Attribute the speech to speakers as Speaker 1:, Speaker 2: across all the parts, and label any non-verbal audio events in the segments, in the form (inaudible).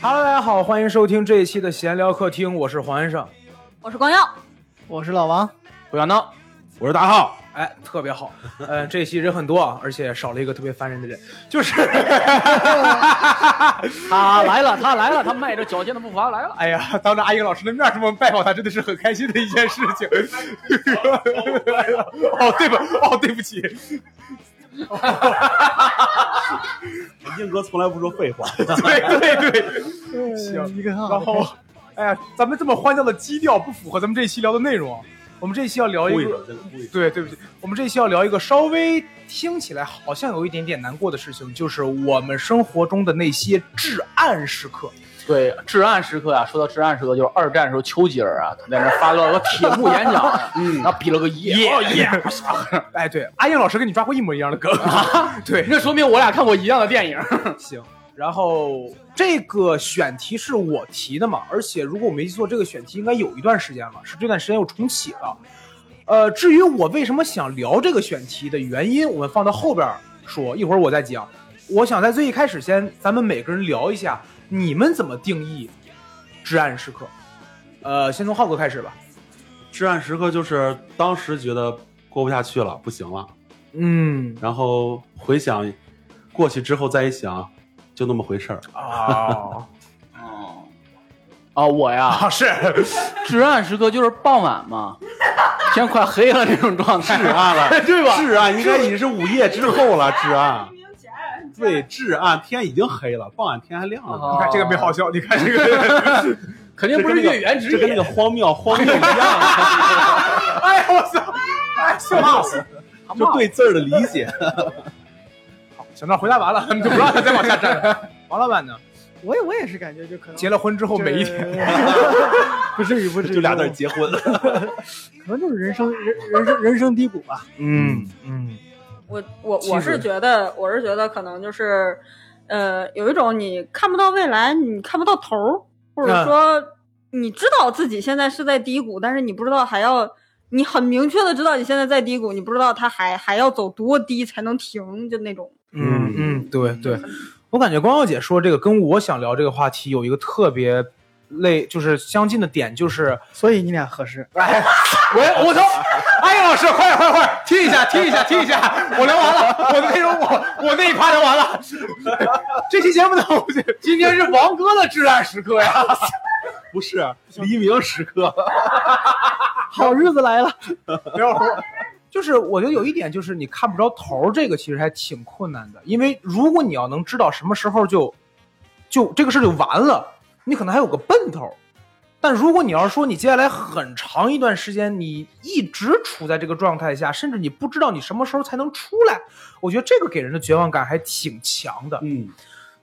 Speaker 1: Hello，大家好，欢迎收听这一期的闲聊客厅，我是黄先生。
Speaker 2: 我是光耀，
Speaker 3: 我是老王，
Speaker 4: 不要闹，我是大浩，
Speaker 1: 哎，特别好， (laughs) 呃，这一期人很多啊，而且少了一个特别烦人的人， (laughs) 就是，
Speaker 4: 他来了， (laughs) 他来了，哎他迈着矫健的步伐来了。
Speaker 1: 哎呀，当着阿英老师的面这么拜访他，真的是很开心的一件事情。 (laughs) 哦，对吧？哦，对不起，
Speaker 4: 英哥从来不说废
Speaker 5: (laughs)
Speaker 4: 话，
Speaker 1: 对对对。行
Speaker 3: 哎一个很好
Speaker 1: 然
Speaker 3: 的
Speaker 1: 后
Speaker 3: 开始，
Speaker 1: 哎呀，咱们这么欢笑的基调不符合咱们这一期聊的内容啊。我们这一期要聊一个，对，对不起，我们这一期要聊一个稍微听起来好像有一点点难过的事情，就是我们生活中的那些至暗时刻。
Speaker 4: 对，至暗时刻啊，说到至暗时刻，就是二战时候丘吉尔啊，他在那发了个铁幕演讲， (laughs) 嗯，然后比了个耶，哦耶，
Speaker 1: 哎，对，阿英老师跟你抓过一模一样的梗。对，
Speaker 4: 那说明我俩看过一样的电影。
Speaker 1: 行。然后这个选题是我提的嘛，而且如果我没记错，这个选题应该有一段时间了，是这段时间又重启了。呃，至于我为什么想聊这个选题的原因，我们放到后边儿说，一会儿我再讲。我想在最一开始先，咱们每个人聊一下，你们怎么定义至暗时刻？呃，先从浩哥开始吧。
Speaker 5: 至暗时刻就是当时觉得过不下去了，不行了，
Speaker 1: 嗯
Speaker 5: 然后回想过去之后再一想，就那么回事儿。
Speaker 1: 啊
Speaker 4: 哦，啊，我呀，
Speaker 1: (laughs) 啊是
Speaker 4: 至暗时刻就是傍晚嘛，天快黑了这种状态，
Speaker 5: 至暗了， (laughs)
Speaker 4: 对吧？
Speaker 5: 至暗应该已经是午夜之后了，至暗。对，至暗天已经黑了，傍晚天还亮了
Speaker 4: 哦
Speaker 5: 呢。
Speaker 1: 你看这个没好笑，你看这个。
Speaker 4: 肯定不是月圆之
Speaker 5: 这跟那
Speaker 4: 夜
Speaker 5: 个。荒谬荒谬一样，
Speaker 1: 哎呀，我操！哎，笑死！
Speaker 5: 就对字儿的理解。
Speaker 1: 小赵回答完了， (laughs) 你就不让他再往下站了。 (laughs) 王老板呢？
Speaker 3: 我也我也是感觉就可能
Speaker 1: 结了婚之后
Speaker 3: 就是
Speaker 1: 每一天，
Speaker 3: (laughs) 不至于不至于，
Speaker 5: 就俩字儿结婚，
Speaker 3: 可能就是人生人人生人生低谷吧。
Speaker 1: 嗯嗯，
Speaker 2: 我我
Speaker 1: 气
Speaker 2: 我
Speaker 1: 质
Speaker 2: 是觉得，我是觉得可能就是，呃，有一种你看不到未来，你看不到头儿，或者
Speaker 3: 啊
Speaker 1: 嗯
Speaker 2: 说你知道自己现在是在低谷，但是你不知道还要，你很明确的知道你现在在低谷，你不知道它还还要走多低才能停，就那种。
Speaker 1: 嗯嗯，对对，我感觉光耀姐说这个跟我想聊这个话题有一个特别类，就是相近的点，就是
Speaker 3: 所以你俩合适，
Speaker 5: 啊
Speaker 1: 哎，喂，我操！哎呀，老师，快点快点快点，听一下听一下听一下，我聊完了，我的内容我我那一趴聊完了。 (laughs) 这期节目呢，我就
Speaker 4: 今天是王哥的至暗时刻呀，
Speaker 5: 不是黎明时刻。
Speaker 3: 好日子来了。
Speaker 1: 聊会儿。就是我觉得有一点就是你看不着头儿，这个其实还挺困难的，因为如果你要能知道什么时候就就这个事儿就完了，你可能还有个奔头儿。但如果你要是说你接下来很长一段时间你一直处在这个状态下，甚至你不知道你什么时候才能出来，我觉得这个给人的绝望感还挺强的。
Speaker 5: 嗯，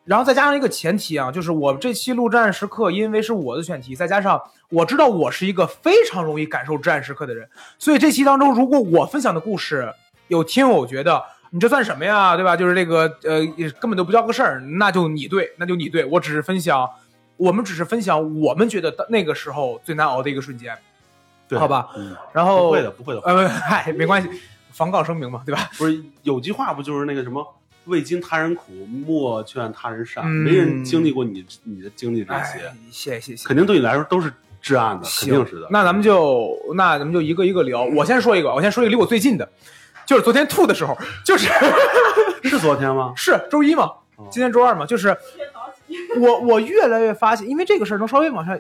Speaker 1: 然后再加上一个前提啊，就是我这期陆战时刻，因为是我的选题，再加上我知道我是一个非常容易感受战时刻的人，所以这期当中，如果我分享的故事有听友觉得你这算什么呀，对吧？就是这个呃，也根本都不叫个事儿，那就你对，那就你对，我只是分享，我们只是分享我们觉得那个时候最难熬的一个瞬间，
Speaker 5: 对，
Speaker 1: 好吧
Speaker 5: 嗯，
Speaker 1: 然后
Speaker 5: 不会的，，不会的，
Speaker 1: 呃，嗨，没关系，防告声明嘛，对吧？
Speaker 5: 不是有句话不就是那个什么“未经他人苦，莫劝他人善”？
Speaker 1: 嗯
Speaker 5: 没人经历过你你的经历这
Speaker 1: 哎
Speaker 5: 些，，
Speaker 1: 谢谢谢谢。
Speaker 5: 肯定对你来说都是至暗的，啊肯
Speaker 1: 行，
Speaker 5: 定是的。嗯
Speaker 1: 那咱们就那咱们就一个一个聊。我先说一个，我先说一个离我最近的，就是昨天吐的时候，就是 (laughs)
Speaker 5: 是昨天吗？
Speaker 1: 是周一嘛，
Speaker 5: 哦
Speaker 1: 今天周二嘛，就是我我越来越发现，因为这个事儿能稍微往下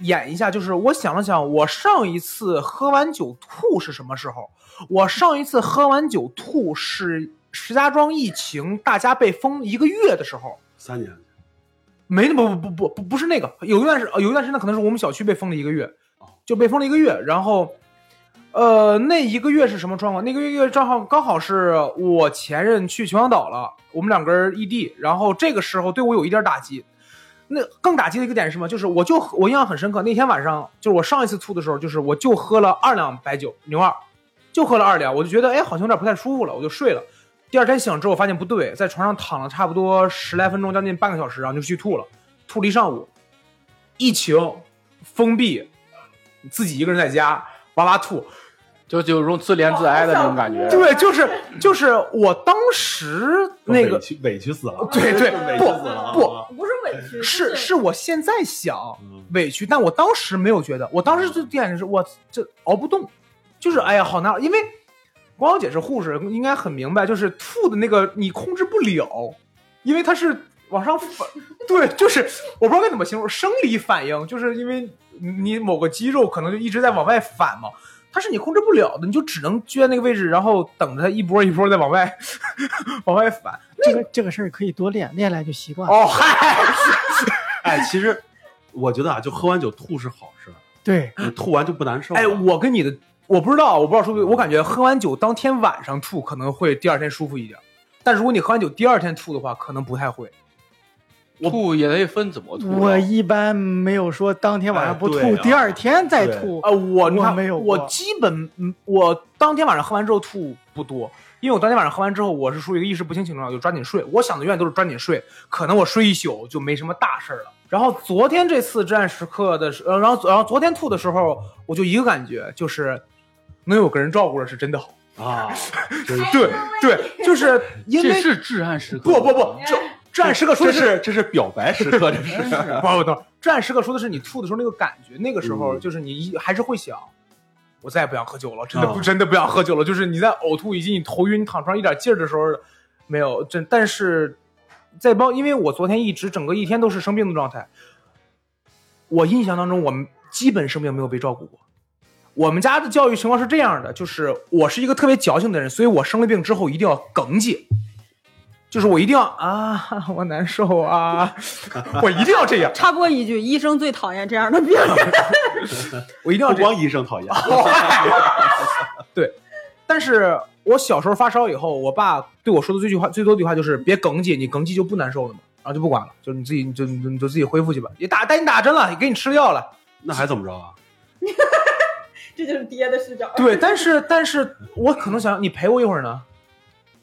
Speaker 1: 演一下，就是我想了想，我上一次喝完酒吐是什么时候？我上一次喝完酒吐是石家庄疫情大家被封一个月的时候。
Speaker 5: 三年，
Speaker 1: 没那么不不不不不是那个，有一段是呃有一段时间可能是我们小区被封了一个月，就被封了一个月，然后，呃，那一个月是什么状况？那个月状况刚好是我前任去秦皇岛了，我们两个人异地，然后这个时候对我有一点打击。那更打击的一个点是什么？就是我就我印象很深刻，那天晚上就是我上一次吐的时候，就是我就喝了二两白酒牛二，就喝了二两，我就觉得哎好像有点不太舒服了，我就睡了。第二天醒了之后，我发现不对，在床上躺了差不多十来分钟，将近半个小时，然后就去吐了，吐了一上午。疫情封闭，自己一个人在家哇哇吐，
Speaker 4: 就就有种自怜自哀的那种感觉。
Speaker 1: 对，就是就是我当时那个
Speaker 5: 委屈委屈死了，
Speaker 1: 对对
Speaker 5: 委屈死了啊，
Speaker 1: 不
Speaker 2: 不是委屈，
Speaker 1: 是是我现在想
Speaker 5: 嗯
Speaker 1: 委屈，但我当时没有觉得，我当时就第一感觉是我这熬不动，就是哎呀好难，因为光阳姐是护士，应该很明白，就是吐的那个你控制不了，因为它是往上反，对，就是我不知道该怎么形容，生理反应，就是因为你某个肌肉可能就一直在往外反嘛。它是你控制不了的，你就只能撅在那个位置，然后等着它一波一波再往外 (laughs) 往外反。
Speaker 3: 这个这个事儿可以多练，练来就习惯了。
Speaker 1: 哦嗨，
Speaker 5: 哎，其实我觉得啊，就喝完酒吐是好事儿，
Speaker 3: 对，
Speaker 5: 你吐完就不难受了。
Speaker 1: 哎，我跟你的，我不知道，我不知道说不对，我感觉喝完酒当天晚上吐可能会第二天舒服一点，但如果你喝完酒第二天吐的话，可能不太会。
Speaker 4: 吐也得分怎么吐啊。
Speaker 3: 我一般没有说当天晚上不
Speaker 5: 哎对
Speaker 3: 吐，
Speaker 5: 啊哦
Speaker 3: 第二天再吐
Speaker 1: 啊、。我你
Speaker 3: 我
Speaker 1: 看
Speaker 3: 没有
Speaker 1: 我
Speaker 3: 过
Speaker 1: 基本嗯我当天晚上喝完之后吐不多，因为我当天晚上喝完之后，我是属于一个意识不清情况，就抓紧睡。我想的永远都是抓紧睡，可能我睡一宿就没什么大事儿了。然后昨天这次至暗时刻的时，呃，然后然后昨天吐的时候，我就一个感觉就是，能有个人照顾着是真的好。 (laughs)
Speaker 5: 啊，真是
Speaker 1: 对对，就是因为
Speaker 4: 这是至暗时刻。
Speaker 1: 不不不，这这暗时刻说
Speaker 5: 这
Speaker 1: 的是
Speaker 5: 是这是表白时刻，这是。
Speaker 1: 不不不，这暗时刻说的是你吐的时候那个感觉，那个时候
Speaker 5: 嗯
Speaker 1: 就是你一还是会想，我再也不想喝酒了，真的不
Speaker 5: 啊
Speaker 1: 真的不想喝酒了，就是你在呕吐以及你头晕躺床上一点劲儿的时候，没有真，但是在包，因为我昨天一直整个一天都是生病的状态，我印象当中我们基本生病没有被照顾过。我们家的教育情况是这样的，就是我是一个特别矫情的人，所以我生了病之后一定要哽咽，就是我一定要啊， (laughs) 我难受啊， (laughs) 我一定要这样，
Speaker 2: 插播一句，医生最讨厌这样的病人。
Speaker 1: 我一 (laughs) 定要
Speaker 5: 不
Speaker 1: 这样。
Speaker 5: 光医
Speaker 1: (laughs)
Speaker 5: 生讨厌，
Speaker 1: 但是我小时候发烧以后，我爸对我说的最句话最多的一句话就是别哽咽，你哽咽就不难受了嘛，然后就不管了，就是你自己你就你就你就自己恢复去吧。也打带你打针了，也给你吃药了。
Speaker 5: 那还怎么着啊？
Speaker 2: (laughs) 这就是爹的视角。
Speaker 1: (laughs) 对，但是但是我可能想你陪我一会儿呢。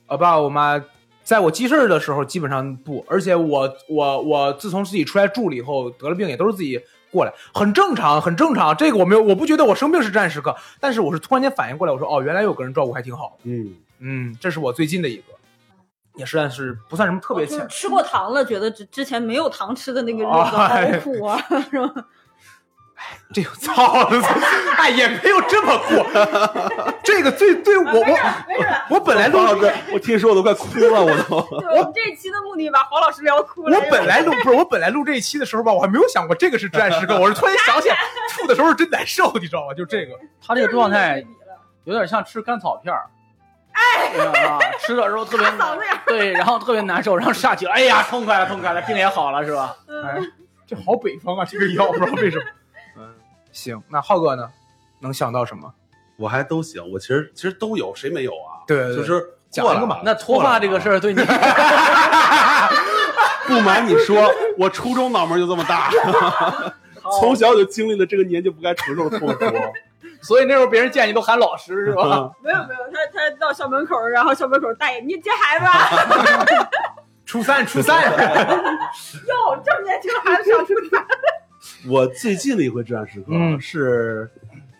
Speaker 1: 我爸我妈在我记事儿的时候基本上不，而且我我我自从自己出来住了以后得了病也都是自己过来，很正常很正常。这个我没有，我不觉得我生病是暂时刻，但是我是突然间反应过来，我说哦，原来有个人照顾还挺好。
Speaker 5: 嗯，
Speaker 1: 嗯，这是我最近的一个，也算是不算什么特别
Speaker 2: (laughs) 哦就
Speaker 1: 浅
Speaker 2: 是。吃过糖了，觉得之之前没有糖吃的那个日子
Speaker 1: 哎
Speaker 2: 好苦啊，是吧？
Speaker 1: 这个操 (laughs) 了，哎，也没有这么过。 (laughs) 这个最对我我
Speaker 2: (laughs) 没事，
Speaker 1: 我本来录
Speaker 5: 王老师，我听说我都快哭了，我都。
Speaker 2: 对我们这一期的目的把黄老师聊哭了。
Speaker 1: 我本来录不是我本来录这一期的时候吧，我还没有想过这个是至暗时刻，我是突然想起来吐的时候是真难受，你知道吗？就这个，
Speaker 4: 他这个状态有点像吃甘草片儿。哎，啊，吃的时候特别
Speaker 2: 嗓子眼儿
Speaker 4: 对，然后特别难受，然后下去了，哎呀，痛快了，痛快了，病也好了，是吧？
Speaker 1: 哎，这好北方啊，这个药不知道为什
Speaker 5: (laughs)
Speaker 1: 么。嗯，行，那浩哥呢？能想到什么？
Speaker 5: 我还都行，我其实其实都有，谁没有啊？
Speaker 1: 对对对
Speaker 5: 就是
Speaker 1: 讲
Speaker 5: 过
Speaker 1: 一
Speaker 5: 了
Speaker 1: 个嘛
Speaker 4: 那脱发这个事儿对你，
Speaker 5: 不瞒你说， (laughs) 我初中脑门就这么大， (laughs) 从小就经历了这个年纪不该承受的痛苦。 (laughs)
Speaker 4: 所以那时候别人见你都喊老师，是吧？
Speaker 2: 没有没有，他他到校门口，然后校门口大爷，你这孩子
Speaker 1: 初三，初
Speaker 5: (laughs)
Speaker 1: 三，
Speaker 2: 哟，这么年轻还上初三，
Speaker 5: 我最近的一回至暗时刻、
Speaker 1: 嗯
Speaker 5: 是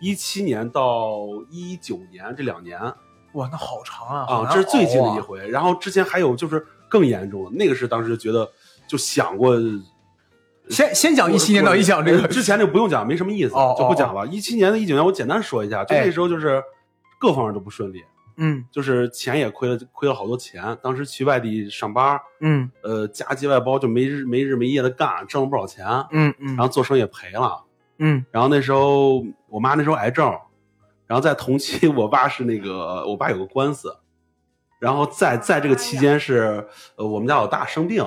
Speaker 5: 一七年到一九年这两年啊，
Speaker 1: 哇，那好长啊！好难
Speaker 5: 哦这是最近
Speaker 1: 熬啊
Speaker 5: 的一回。然后之前还有就是更严重的，那个是当时就觉得就想过。
Speaker 1: 哦先先讲一七年到一讲这
Speaker 5: 呃
Speaker 1: 个，
Speaker 5: 之前就不用讲，没什么意思，
Speaker 1: 哦哦
Speaker 5: 就不讲了。一七年的一九年，我简单说一下，就
Speaker 1: 哎
Speaker 5: 那时候就是各方面都不顺利，
Speaker 1: 嗯
Speaker 5: 就是钱也亏了，亏了好多钱。当时去外地上班，
Speaker 1: 嗯
Speaker 5: 呃，加接外包就没日没日没夜的干，挣了不少钱，
Speaker 1: 嗯嗯
Speaker 5: 然后做生意也赔了。
Speaker 1: 嗯
Speaker 5: 然后那时候我妈那时候癌症，然后在同期我爸是那个我爸有个官司，然后在在这个期间是呃我们家老大生病，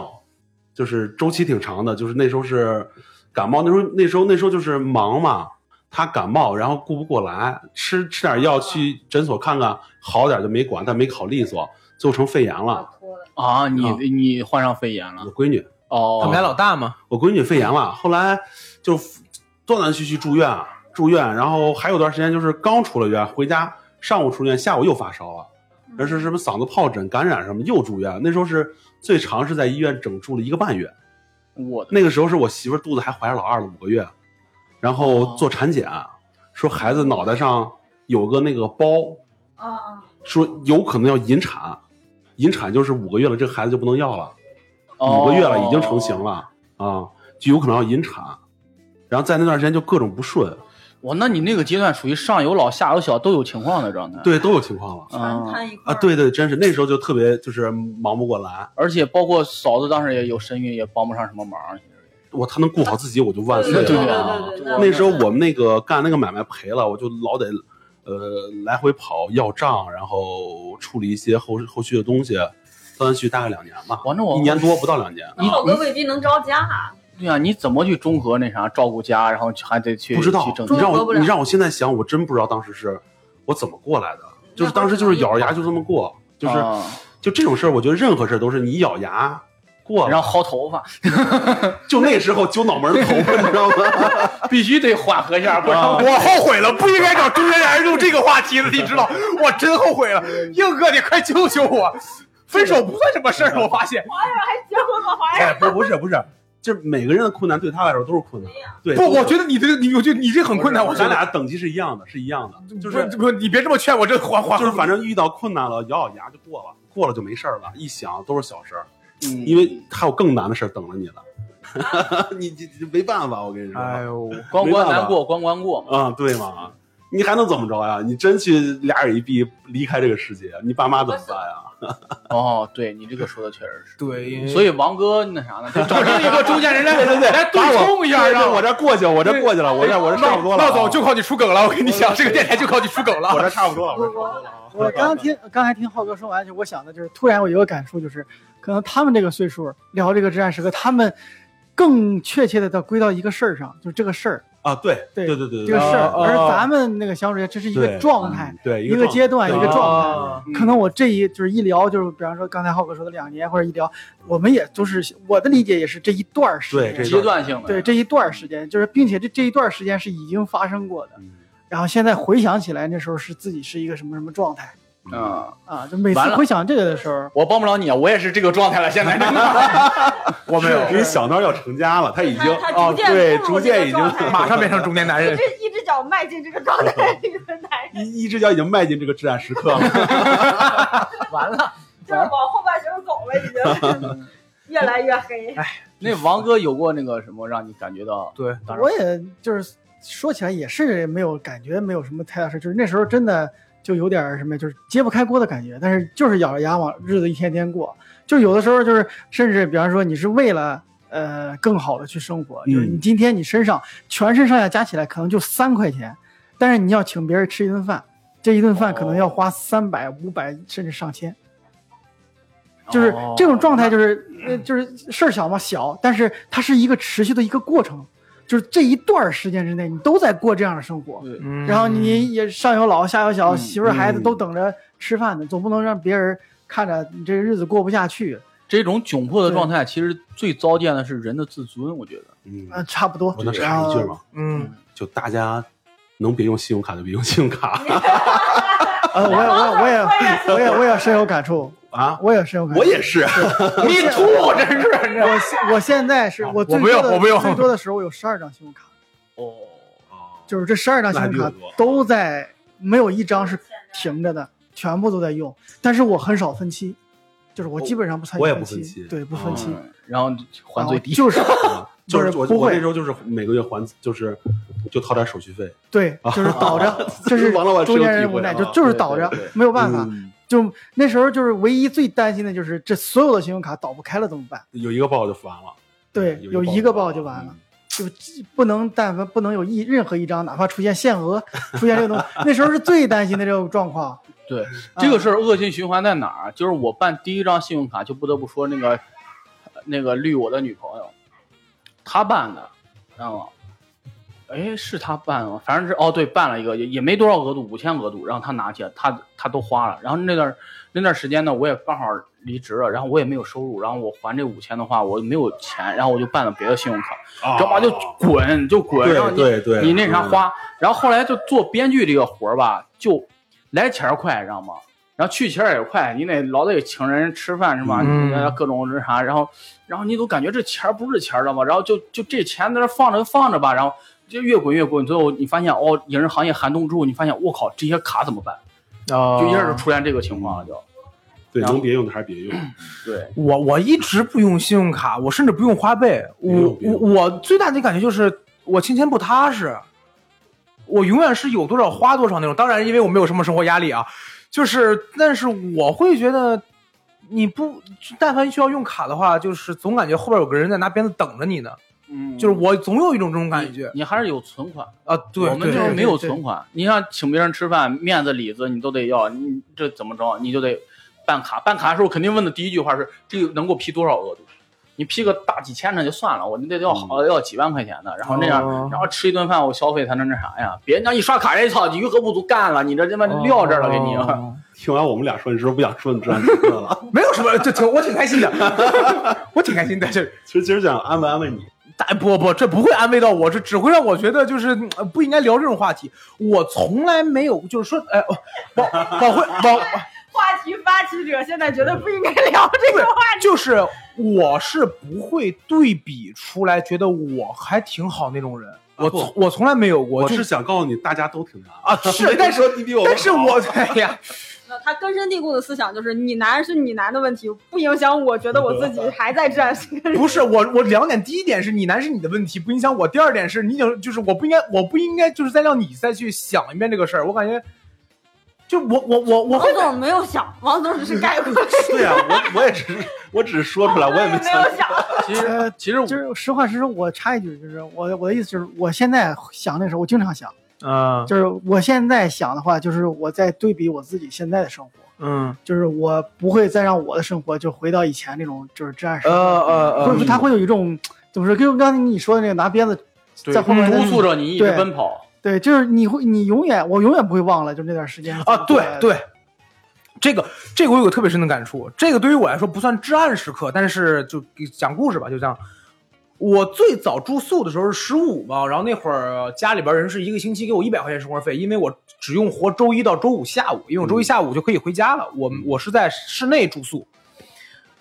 Speaker 5: 就是周期挺长的，就是那时候是感冒，那时候那时候那时候就是忙嘛，他感冒然后顾不过来，吃吃点药去诊所看看好点就没管，但没考利索，最后成肺炎了。
Speaker 4: 啊，你
Speaker 5: 啊
Speaker 4: 你患上肺炎了
Speaker 5: 我闺女，
Speaker 1: (laughs) 他们
Speaker 4: 哦
Speaker 1: 家老大嘛，
Speaker 5: 我闺女肺炎了，后来就断断续续住院，啊住院，然后还有段时间就是刚出了院，回家上午出院，下午又发烧了，那是什么嗓子疱疹感染什么又住院，那时候是最长是在医院整住了一个半月，
Speaker 4: 我的
Speaker 5: 那个时候是我媳妇儿肚子还怀着老二了五个月，然后做产检，说孩子脑袋上有个那个包，
Speaker 2: 啊啊！
Speaker 5: 说有可能要引产，引产就是五个月了，这个孩子就不能要了，
Speaker 4: 哦
Speaker 5: 五个月了已经成型了。啊，就有可能要引产，然后在那段时间就各种不顺，
Speaker 4: 哇，那你那个阶段属于上有老下有小都有情况的状态。
Speaker 5: 对，都有情况了
Speaker 2: 全
Speaker 4: 嗯
Speaker 2: 摊一块
Speaker 5: 啊，
Speaker 2: 儿
Speaker 5: 对对，真是那时候就特别就是忙不过来，
Speaker 4: 而且包括嫂子当时也有身孕，也帮不上什么忙。其实
Speaker 5: 我他能顾好自己，我就万岁
Speaker 2: 对对对
Speaker 5: 了啊。
Speaker 2: 对对对，
Speaker 5: 那时候我们那个干那个买卖赔了，我就老得呃来回跑要账，然后处理一些后后续的东西，断断续续大概两年吧，
Speaker 4: 哇那我
Speaker 5: 一年多不到两年，
Speaker 2: 那好多未必能招架，
Speaker 4: 对啊，你怎么去综合那啥照顾家，然后还得去
Speaker 5: 不知道
Speaker 4: 去挣
Speaker 5: 你
Speaker 4: 钱？
Speaker 5: 让
Speaker 2: 中国不
Speaker 5: 我
Speaker 2: 了
Speaker 5: 你让我现在想，我真不知道当时是我怎么过来的，就是当时就是咬着牙就这么过，就是、
Speaker 4: 啊
Speaker 5: 就这种事儿，我觉得任何事儿都是你咬牙过了，
Speaker 4: 然后薅头发，
Speaker 5: 就那时候揪脑门儿头发，你知
Speaker 2: (laughs)
Speaker 5: 道吗？
Speaker 4: 必须得缓和一下，不然
Speaker 5: 啊
Speaker 4: 我
Speaker 1: 我后悔了，不应该找中间人录这个话题的，你知道？我真后悔了，硬哥，你快救救我！分手不算什么事儿，我发现
Speaker 2: 结婚吧，怀
Speaker 5: 哎，不不是不是，就是每个人的困难对他来说都是困难，对，
Speaker 1: 不，
Speaker 5: 都是
Speaker 1: 我觉得你这个，你我觉得你这很困难，我觉
Speaker 5: 咱
Speaker 1: 得
Speaker 5: 俩等级是一样的，是一样的，
Speaker 1: 不
Speaker 5: 就是
Speaker 1: 不，你别这么劝我，这缓缓
Speaker 5: 就是反正遇到困难了，咬咬牙就过了，过了就没事儿了。一想都是小事儿，
Speaker 4: 嗯
Speaker 5: 因为还有更难的事儿等着你了， (laughs)
Speaker 2: 啊
Speaker 5: 你你你没办法，我跟你说，
Speaker 1: 哎呦，
Speaker 4: 关
Speaker 5: 没办
Speaker 4: 关
Speaker 5: 法
Speaker 4: 难过关关过嘛。
Speaker 5: 啊、对嘛，你还能怎么着呀？你真去俩眼一闭离开这个世界，你爸妈怎么办呀？
Speaker 4: 哦，对你这个说的确实是。
Speaker 1: 对，
Speaker 4: 所以王哥那啥呢，就找
Speaker 3: (laughs)
Speaker 4: 另一个中间人来
Speaker 5: (laughs) 对对对，
Speaker 4: 来对冲一下，
Speaker 5: 对对
Speaker 4: 让
Speaker 5: 我这过去，我这过去了，我这我这差不多了啊，
Speaker 1: 闹总就靠你出梗了，我跟你讲，这个电台就靠你出梗
Speaker 5: 我
Speaker 1: 了。
Speaker 5: 这差不多了，我这
Speaker 2: 我我
Speaker 3: 我刚刚听刚才听浩哥说完，就我想的就是，突然我有个感触，就是可能他们这个岁数聊这个至暗时刻，他们更确切的到归到一个事儿上，就是这个事儿，
Speaker 5: 啊，对
Speaker 3: 对
Speaker 5: 对对对，
Speaker 3: 这个事儿，
Speaker 1: 哦哦
Speaker 3: 而咱们那个相处，这是一
Speaker 5: 对
Speaker 3: 个状态。
Speaker 5: 对
Speaker 3: 一个阶段一个状态
Speaker 5: 啊
Speaker 4: 嗯
Speaker 3: 可能我这一就是一聊，就是比方说刚才浩哥说的两年或者一聊，我们也就是我的理解也是这一段儿时
Speaker 5: 对
Speaker 3: 间，
Speaker 4: 阶段性的，
Speaker 3: 对这一段儿时间，就是并且这这一段儿时间是已经发生过的，
Speaker 5: 嗯
Speaker 3: 然后现在回想起来那时候是自己是一个什么什么状态
Speaker 4: 嗯，
Speaker 3: 啊，就每次
Speaker 4: 完了
Speaker 3: 回想这个的时候，
Speaker 4: 我帮不了你，啊，我也是这个状态了，现
Speaker 3: (laughs)
Speaker 4: 在真的
Speaker 5: 我没有，因为小孬要成家了，他已经
Speaker 2: 他
Speaker 5: 啊，
Speaker 2: 他逐渐
Speaker 5: 对，
Speaker 2: 步入
Speaker 5: 逐渐已经
Speaker 2: 这个状态
Speaker 1: 马上变成中年男
Speaker 2: 一
Speaker 1: 人
Speaker 2: 只，一只脚迈进这个状态里的男人，
Speaker 5: 一一只脚已经迈进这个至暗时刻
Speaker 3: (laughs)
Speaker 5: 了。
Speaker 4: 完了。
Speaker 2: 就是往后半截儿走了，已经越来越黑。
Speaker 4: (laughs) 那王哥有过那个什么让你感觉到？
Speaker 1: 对，
Speaker 4: 当然
Speaker 3: 我也就是说起来也是没有感觉，没有什么太大事，就是那时候真的就有点儿什么，就是揭不开锅的感觉，但是就是咬着牙往日子一天天过，就有的时候就是甚至比方说你是为了。呃，更好的去生活，就是你
Speaker 5: 嗯
Speaker 3: 今天你身上全身上下加起来可能就三块钱，但是你要请别人吃一顿饭，这一顿饭
Speaker 4: 哦
Speaker 3: 可能要花三百、五百甚至上千，就是
Speaker 4: 哦
Speaker 3: 这种状态，就是呃，就是事儿小嘛，小，但是它是一个持续的一个过程，就是这一段儿时间之内，你都在过这样的生活，
Speaker 4: 对
Speaker 1: 嗯
Speaker 3: 然后你也上有老下有小，
Speaker 4: 嗯
Speaker 3: 媳妇儿孩子
Speaker 5: 嗯
Speaker 3: 都等着吃饭呢，总不能让别人看着你这个日子过不下去，
Speaker 4: 这种窘迫的状态，其实最糟践的是人的自尊，我觉得。
Speaker 5: 嗯，
Speaker 3: 嗯，差不多。啊
Speaker 5: 我能插一句吗？
Speaker 1: 嗯，
Speaker 5: 就大家能别用信用卡就别用信用
Speaker 2: (laughs)
Speaker 5: 卡
Speaker 3: 呃，我也 (laughs) 我也我也我也我也深有感触，
Speaker 5: 啊！
Speaker 3: 我也深有感触。
Speaker 5: 我也是，
Speaker 1: 你吐，真是
Speaker 3: 我现我现在是我最
Speaker 1: 我不
Speaker 3: 多
Speaker 1: 用我不
Speaker 3: 的
Speaker 1: 用
Speaker 3: 最多的时候，我有十二张信用卡，
Speaker 4: 哦，
Speaker 3: 就是这十二张信用
Speaker 5: 那还
Speaker 3: 卡
Speaker 5: 比我多
Speaker 3: 都在，没有一张是停着的，全部都在用。但是我很少分期，就是我基本上不参与
Speaker 5: 我也不
Speaker 3: 分
Speaker 5: 分期
Speaker 3: 对，不分期，
Speaker 4: 嗯，然后还最低，
Speaker 3: 就是 (laughs)
Speaker 5: 啊 (laughs) 就
Speaker 3: 不
Speaker 5: 是
Speaker 3: 是
Speaker 5: 我
Speaker 3: 不
Speaker 5: 我
Speaker 3: 会
Speaker 5: 那时候就是每个月还就是就掏点手续费，
Speaker 3: 对，就是倒着，这是
Speaker 5: 王老板是有
Speaker 3: 中间人
Speaker 5: 体
Speaker 3: 无
Speaker 5: 会
Speaker 3: 奈，
Speaker 5: 啊
Speaker 3: 就就是倒着
Speaker 4: 对对对，
Speaker 3: 没有办法。
Speaker 5: 嗯
Speaker 3: 就那时候就是唯一最担心的就是这所有的信用卡倒不开了怎么办？
Speaker 5: 有一个报就烦了。
Speaker 3: 对，有一个报就完了。。就不能，但凡不能有一任何一张，哪怕出现限额，出现这个东西，那时候是最担心的这种状况。嗯
Speaker 4: 对，这
Speaker 5: 嗯
Speaker 4: 个事儿恶性循环在哪儿？就是我办第一张信用卡，就不得不说那个呃那个绿我的女朋友，她办的，知道吗？哎，是她办的吗？反正是哦，对，办了一个，也也没多少额度，五千额度，然后她拿去，她她都花了。然后那段那段时间呢，我也刚好离职了，然后我也没有收入，然后我还这五千的话，我没有钱，然后我就办了别的信用卡，
Speaker 5: 啊
Speaker 4: 知道吗？就滚就滚，然后
Speaker 5: 对
Speaker 4: 你
Speaker 5: 对对，
Speaker 4: 你那啥
Speaker 5: 嗯，
Speaker 4: 花。然后后来就做编剧这个活儿吧，就来钱儿快，知道吗？然后去钱儿也快，你得老得有请人吃饭是吧？
Speaker 1: 嗯
Speaker 4: 你各种那啥，然后然后你都感觉这钱儿不是钱儿，知道吗？然后就就这钱在那放着放着吧，然后就越滚越滚，最后你发现哦，影视行业寒冬之后，你发现我靠，这些卡怎么办？
Speaker 1: 啊
Speaker 4: 就一下就出现这个情况了，就。
Speaker 5: 对，
Speaker 4: 然后
Speaker 5: 能别用的还是别用。
Speaker 4: 对，
Speaker 1: 我我一直不用信用卡，我甚至不用花呗。
Speaker 5: 别
Speaker 1: 我
Speaker 5: 用别
Speaker 1: 我
Speaker 5: 用
Speaker 1: 我最大的感觉就是我金钱不踏实，我永远是有多少花多少那种。当然，因为我没有什么生活压力啊，就是但是我会觉得你不但凡需要用卡的话，就是总感觉后边有个人在拿鞭子等着你呢。
Speaker 4: 嗯
Speaker 1: 就是我总有一种这种感
Speaker 4: 你
Speaker 1: 觉
Speaker 4: 你还是有存款。
Speaker 1: 啊。对，
Speaker 4: 我们就是
Speaker 1: 对
Speaker 4: 没有
Speaker 1: 对
Speaker 4: 存款。你像请别人吃饭，面子里子你都得要，你这怎么着？你就得办卡。办卡的时候肯定问的第一句话是：这能给我批多少额度？你批个大几千的就算了，我那得要好、要几万块钱的，然后那样，
Speaker 1: 哦
Speaker 4: 然后吃一顿饭我消费才能那啥呀？别让一刷卡，人家操，余额不足干了，你这他妈
Speaker 1: 哦
Speaker 4: 撂这儿了给你。啊
Speaker 5: 听完我们俩说，你是不是不想说你这样的了？
Speaker 1: 没有什么，这挺我挺开
Speaker 4: (laughs)
Speaker 1: 心的， (laughs) 我挺开心的，这
Speaker 5: 其实今儿想安慰安慰你，
Speaker 1: 但哎不不，这不会安慰到我，这只会让我觉得就是嗯呃不应该聊这种话题。我从来没有，就是说，哎，往往回往，
Speaker 2: 话题发起者现在觉得不应该聊这个话题。
Speaker 1: 就是我是不会对比出来，觉得我还挺好那种人。我
Speaker 5: 啊不
Speaker 1: 从我从来没有过，
Speaker 5: 我
Speaker 1: 就是
Speaker 5: 想告诉你，大家都挺难
Speaker 1: 啊
Speaker 5: (laughs)
Speaker 1: 是，但是
Speaker 5: 说你比我们好，
Speaker 1: 但是我 (laughs) 哎呀，
Speaker 2: 他根深蒂固的思想就是你难是你难的问题，不影响我觉得我自己还在这儿。
Speaker 1: 不是我我两点，第一点是你难是你的问题，不影响我；第二点是你想就是我不应该，我不应该就是再让你再去想一遍这个事儿。我感觉，就我我我我会
Speaker 2: (laughs) 王总没有想，王总只是概括，
Speaker 5: (laughs) 对呀、我我也只是我只是说啊出来，我也
Speaker 2: 没有想。
Speaker 4: 其实
Speaker 3: 呃
Speaker 4: 其实我
Speaker 3: (laughs) 就是实话实说，我插一句，就是我我的意思就是，我现在想那时候，我经常想，
Speaker 1: 啊
Speaker 3: 就是我现在想的话，就是我在对比我自己现在的生活，
Speaker 1: 嗯
Speaker 3: 就是我不会再让我的生活就回到以前那种就是至暗时
Speaker 1: 呃呃
Speaker 3: 刻，会
Speaker 1: 呃
Speaker 3: 不会他会有一种怎么说，跟刚才你说的那个拿鞭子
Speaker 4: (laughs) 对
Speaker 3: 在后面
Speaker 4: 督
Speaker 3: 那
Speaker 4: 促
Speaker 3: 种，
Speaker 4: 着你一直
Speaker 3: 对
Speaker 4: 奔跑。
Speaker 3: 对，就是你会，你永远我永远不会忘了，就那段时间是怎
Speaker 1: 啊
Speaker 3: 么，过
Speaker 1: 对
Speaker 3: 来的，
Speaker 1: 对，这个这个我有个特别深的感触，这个对于我来说不算至暗时刻，但是就给讲故事吧，就这样。我最早住宿的时候是十五嘛，然后那会儿家里边人是一个星期给我一百块钱生活费，因为我只用活周一到周五下午，因为我
Speaker 3: 嗯
Speaker 1: 周一下午就可以回家了。我我是在室内住宿，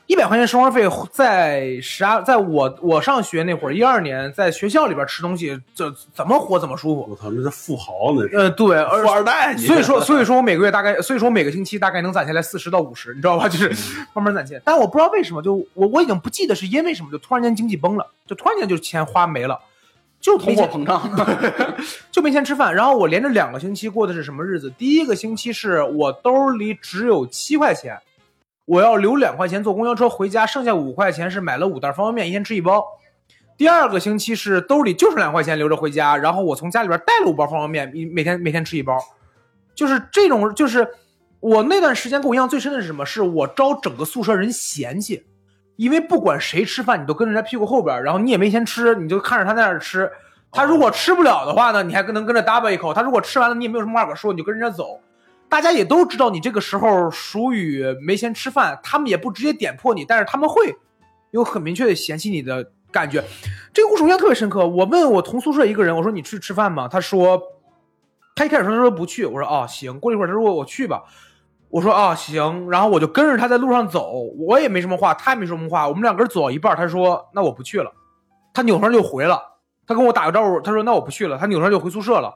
Speaker 1: 一百块钱生活费在十二，在我我上学那会儿一二年，在学校里边吃东西，这怎么活怎么舒服。
Speaker 5: 我操，那是富豪那是
Speaker 1: 呃，对，而
Speaker 5: 富二代，你
Speaker 1: 所
Speaker 4: (laughs)
Speaker 1: 以说，所以说我每个月大概，所以说我每个星期大概能攒下来四十到五十，你
Speaker 4: (laughs)
Speaker 1: 知道吧？就是慢慢攒钱。但我不知道为什么，就我我已经不记得是因为什么，就突然间经济崩了，就突然间就钱花没了，就
Speaker 4: 通
Speaker 1: 没
Speaker 4: 货膨
Speaker 1: 钱
Speaker 4: (laughs) 胀，
Speaker 1: 就没钱吃饭。然后我连着两个星期过的是什么日子？第一个星期是我兜里只有七块钱，我要留两块钱坐公交车回家，剩下五块钱是买了五袋方便面，一天吃一包。第二个星期是兜里就是两块钱留着回家，然后我从家里边带了五包方便面，每天每天吃一包。就是这种，就是我那段时间给我印象最深的是什么？是我招整个宿舍人嫌弃，因为不管谁吃饭，你都跟人家屁股后边儿，然后你也没钱吃，你就看着他在那儿吃。他如果吃不了的话呢，你还跟能跟着搭吧一口；他如果吃完了，你也没有什么话可说，你就跟人家走。大家也都知道你这个时候属于没钱吃饭，他们也不直接点破你，但是他们会有很明确的嫌弃你的感觉。这个故事我印象特别深刻。我问我同宿舍一个人，我说你去吃饭吗？他说，他一开始说他说不去，我说啊行。过了一会儿他说我去吧，我说啊行。然后我就跟着他在路上走，我也没什么话，他也没什么话。我们两个人走到一半，他说那我不去了，他扭头就回了。他跟我打个招呼，他说那我不去了，他扭头就回宿舍了。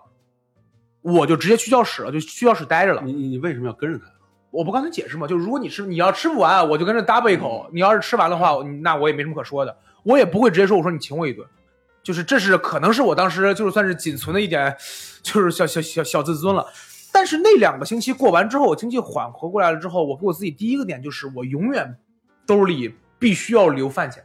Speaker 1: 我就直接去教室了，就去教室待着了。
Speaker 5: 你你你为什么要跟着他？
Speaker 1: 我不刚才解释嘛，就是如果你吃，你要吃不完，我就跟着搭吧一口；你要是吃完的话，你那我也没什么可说的，我也不会直接说我说你请我一顿，就是这是可能是我当时就是算是仅存的一点，就是小小小小自尊了。但是那两个星期过完之后，我经济缓和过来了之后，我给我自己第一个点就是，我永远兜里必须要留饭钱。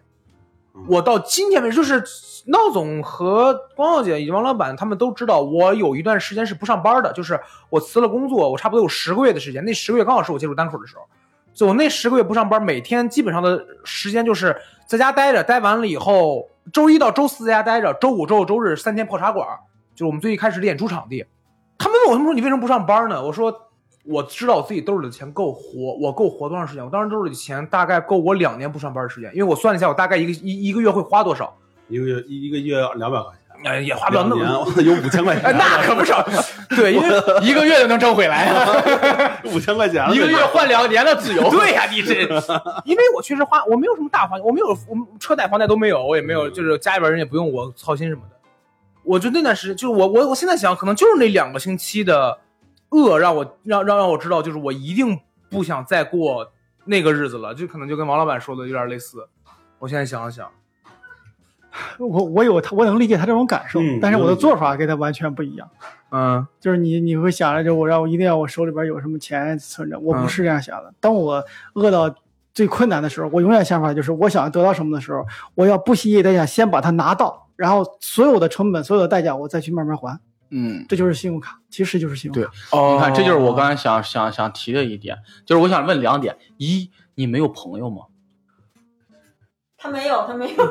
Speaker 1: 我到今天为止，就是闹总和光耀姐以及王老板他们都知道，我有一段时间是不上班的，就是我辞了工作，我差不多有十个月的时间，那十个月刚好是我接触单口的时候，所以我那十个月不上班，每天基本上的时间就是在家待着，待完了以后，周一到周四在家待着，周五、周六、周日三天泡茶馆，就是我们最一开始的演出场地。他们问我，他们说你为什么不上班呢？我说我知道我自己兜里的钱够活，我够活多长时间？我当时兜里的钱大概够我两年不上班的时间，因为我算了一下，我大概一个一一个月会花多少，
Speaker 5: 一个月一一个月两百块钱，
Speaker 1: 呃，也花不了那
Speaker 5: 两年
Speaker 1: 么。
Speaker 5: 我有五千块
Speaker 1: 哎，
Speaker 5: 钱，
Speaker 1: (laughs) 那可不少，对，因为
Speaker 4: 一个月就能挣回来啊。
Speaker 5: 五千块钱了
Speaker 4: 一个月换两年的自由。
Speaker 1: 对呀、你这， (laughs) 因为我确实花，我没有什么大花，我没有，我们车贷、房贷都没有，我也没有，
Speaker 5: 嗯
Speaker 1: 就是家里边人也不用我操心什么的。我就那段时间，就是我我我现在想，可能就是那两个星期的饿，让我让让让我知道，就是我一定不想再过那个日子了，就可能就跟王老板说的有点类似。我现在想了想，
Speaker 3: 我我有他，我能理解他这种感受，
Speaker 5: 嗯
Speaker 3: 但是我
Speaker 5: 能
Speaker 3: 的
Speaker 5: 理解
Speaker 3: 做法跟他完全不一样。
Speaker 1: 嗯
Speaker 3: 就是你你会想着就我让我一定要我手里边有什么钱存着，我不是这样想的。当我饿到最困难的时候，我永远想法就是我想得到什么的时候，我要不惜一切代价先把它拿到，然后所有的成本、所有的代价我再去慢慢还，
Speaker 4: 嗯，
Speaker 3: 这就是信用卡，其实就是信用卡。
Speaker 1: 哦
Speaker 4: 你看，这就是我刚才想想想提的一点，就是我想问两点：一，你没有朋友吗？
Speaker 2: 他没有，他没有。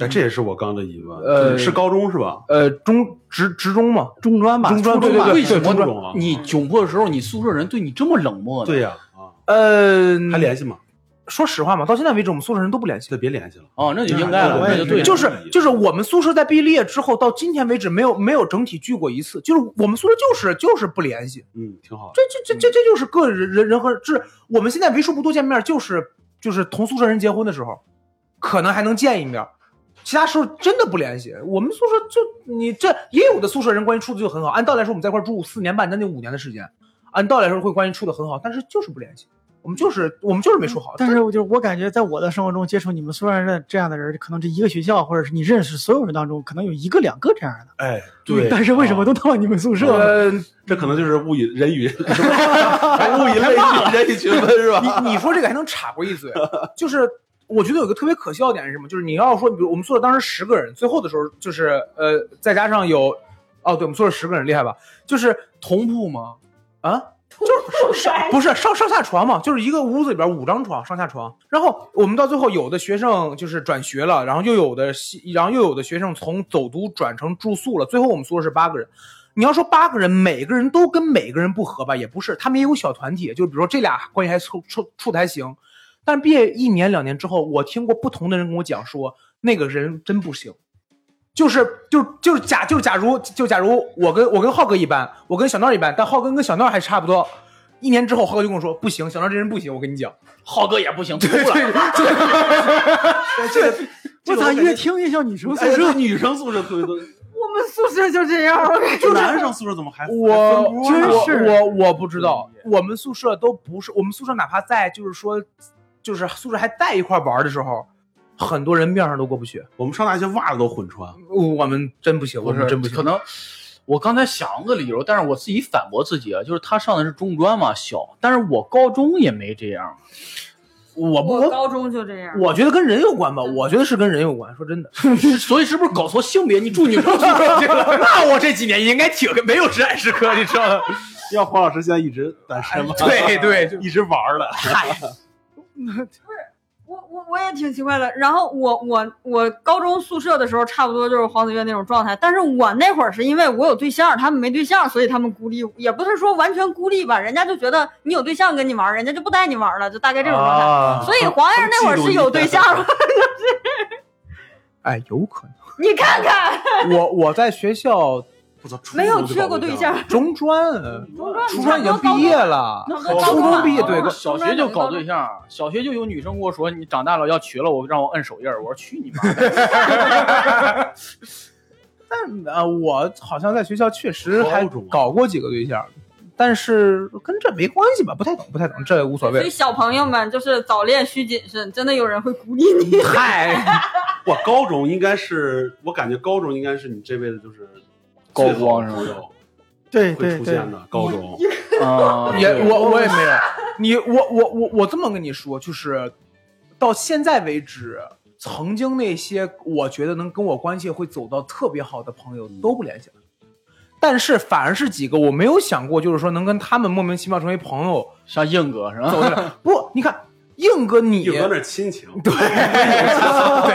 Speaker 5: 哎，这也是我刚的疑问。
Speaker 1: 呃
Speaker 5: 是高中是吧？
Speaker 1: 呃中职职中嘛，
Speaker 3: 中专吧，
Speaker 1: 中专
Speaker 3: 初
Speaker 1: 对对
Speaker 3: 吧
Speaker 1: 对
Speaker 4: 为什
Speaker 5: 初
Speaker 4: 么
Speaker 5: 中啊
Speaker 4: 你窘迫的时候，你宿舍人对你这么冷漠呢？
Speaker 5: 对呀，啊，
Speaker 1: 呃，
Speaker 5: 还联系吗？
Speaker 1: 说实话嘛，到现在为止我们宿舍人都不联系
Speaker 5: 这别联系了。
Speaker 4: 哦，那就应该了，
Speaker 5: 我
Speaker 4: 那
Speaker 5: 也
Speaker 4: 就是对了，
Speaker 1: 就是就是我们宿舍在毕业之后到今天为止没有没有整体聚过一次，就是我们宿舍就是就是不联系，
Speaker 5: 嗯，挺好的。
Speaker 1: 这这这这这就是个人人人和这我们现在为数不多见面就是就是同宿舍人结婚的时候，可能还能见一面，其他时候真的不联系。我们宿舍就你这也有的宿舍人关系处的就很好，按道理来说我们在一块儿住四年半将近五年的时间，按道理来说会关系处的很好，但是就是不联系，我们就是我们就是没处好。
Speaker 3: 但是我就是我感觉，在我的生活中接触你们宿舍人的这样的人，可能这一个学校或者是你认识所有人当中，可能有一个两个这样的。
Speaker 5: 哎，对。
Speaker 3: (laughs) 嗯但是为什么都到你们宿舍了？
Speaker 1: 呃，
Speaker 5: 这可能 (laughs) 就是物以人以什么还物以类聚，人以群分是吧？
Speaker 1: 你你说这个还能插过一嘴，就是我觉得有个特别可笑的点是什么？就是你要说，比如我们宿舍当时十个人，最后的时候就是呃，再加上有，哦，对，我们宿舍十个人厉害吧？就是
Speaker 4: 同铺吗？
Speaker 1: 啊，就是上上不是上上下床嘛，就是一个屋子里边五张床，上下床。然后我们到最后，有的学生就是转学了，然后又有的系，然后又有的学生从走读转成住宿了。最后我们宿舍是八个人。你要说八个人，每个人都跟每个人不合吧，也不是，他们也有小团体，就比如说这俩关系还处处处的还行，但毕业一年两年之后，我听过不同的人跟我讲说，那个人真不行，就是就就是假就是假如就假如我跟我跟浩哥一般，我跟小闹一般，但浩哥跟小闹还差不多。一年之后，浩哥就跟我说不行，小闹这人不行，我跟你讲，
Speaker 4: 浩哥也不行，哭了。
Speaker 5: 这个
Speaker 3: 我咋越听越像女生宿
Speaker 5: 哎
Speaker 3: 舍
Speaker 5: 这？女生宿舍特别多，
Speaker 2: 我们宿舍就这样，我
Speaker 3: 哎
Speaker 2: 感觉
Speaker 5: 就男生宿舍怎么还还分
Speaker 1: 我
Speaker 5: 屋呢
Speaker 3: 真
Speaker 1: 我
Speaker 3: 是
Speaker 1: 我我不知道，我们宿舍都不是，我们宿舍哪怕在就是说，就是宿舍还在一块玩的时候，很多人面上都过不去。
Speaker 5: 我们上大学袜子都混穿，
Speaker 1: 我们真不行，我
Speaker 4: 不
Speaker 1: 们
Speaker 4: 是，
Speaker 1: 真不行。
Speaker 4: 可能我刚才想了个理由，但是我自己反驳自己啊，就是他上的是中专嘛，小，但是我高中也没这样。
Speaker 1: 我不
Speaker 2: (laughs) 我
Speaker 1: 我
Speaker 2: 高中就这样。
Speaker 1: 我觉得跟人有关吧，我觉得是跟人有关。说真的，
Speaker 4: 所以是不是搞错性别？你住女生宿舍去了？
Speaker 1: 那我这几年应该挺没有实战时刻，你知道吗？
Speaker 5: 要黄老师现在一直单身吗？
Speaker 1: (laughs) 对对，就
Speaker 5: 一直玩儿了。
Speaker 2: 我我我也挺奇怪的。然后我我我高中宿舍的时候，差不多就是黄子悦那种状态。但是我那会儿是因为我有对象，他们没对象，所以他们孤立，也不是说完全孤立吧，人家就觉得你有对象跟你玩儿，人家就不带你玩儿了，就大概这种状态。
Speaker 1: 啊，
Speaker 2: 所以黄爷那会儿是有对象，
Speaker 1: 哎，有可能。
Speaker 2: (laughs) 你看看
Speaker 1: 我我在学校
Speaker 5: 我操，初
Speaker 2: 没有
Speaker 5: 中就
Speaker 2: 缺
Speaker 5: 搞
Speaker 2: 过对象，，
Speaker 1: 中专，
Speaker 2: 中专
Speaker 1: 初中已经毕业，了，
Speaker 2: 差不多高
Speaker 1: 初
Speaker 2: 中
Speaker 1: 中毕业
Speaker 2: 吧
Speaker 1: 对，
Speaker 2: 高
Speaker 4: 小学就搞对象，小学就有女生跟我说你长大了要娶了我，让我摁手印儿。我说去你妈的！
Speaker 1: 但啊，我好像在学校确实
Speaker 5: 高
Speaker 1: 还
Speaker 5: 中啊
Speaker 1: 搞过几个对象，但是跟这没关系吧，不太懂，不太懂，这也无所
Speaker 2: 所以
Speaker 1: 谓。
Speaker 2: 小朋友们就是早恋需谨慎，真的有人会鼓励
Speaker 1: 嗯
Speaker 2: 你。
Speaker 1: 嗨，
Speaker 5: 我高中应该是，我感觉高中应该是你这辈子就是
Speaker 4: 高光是吧
Speaker 5: 最好的朋友
Speaker 3: 对
Speaker 5: 会
Speaker 3: 对
Speaker 5: 出
Speaker 3: 对，
Speaker 5: 现的高中。
Speaker 4: 啊，
Speaker 1: (laughs) 也我我也没有，你我我我我这么跟你说，就是到现在为止，曾经那些我觉得能跟我关系会走到特别好的朋友都不联系了，但是反而是几个我没有想过，就是说能跟他们莫名其妙成为朋友
Speaker 4: 像硬哥是吧
Speaker 1: 走？下 (laughs) 来。不，你看硬哥你，
Speaker 5: 一哥那
Speaker 1: 对
Speaker 5: 是亲情，
Speaker 1: (laughs) 对，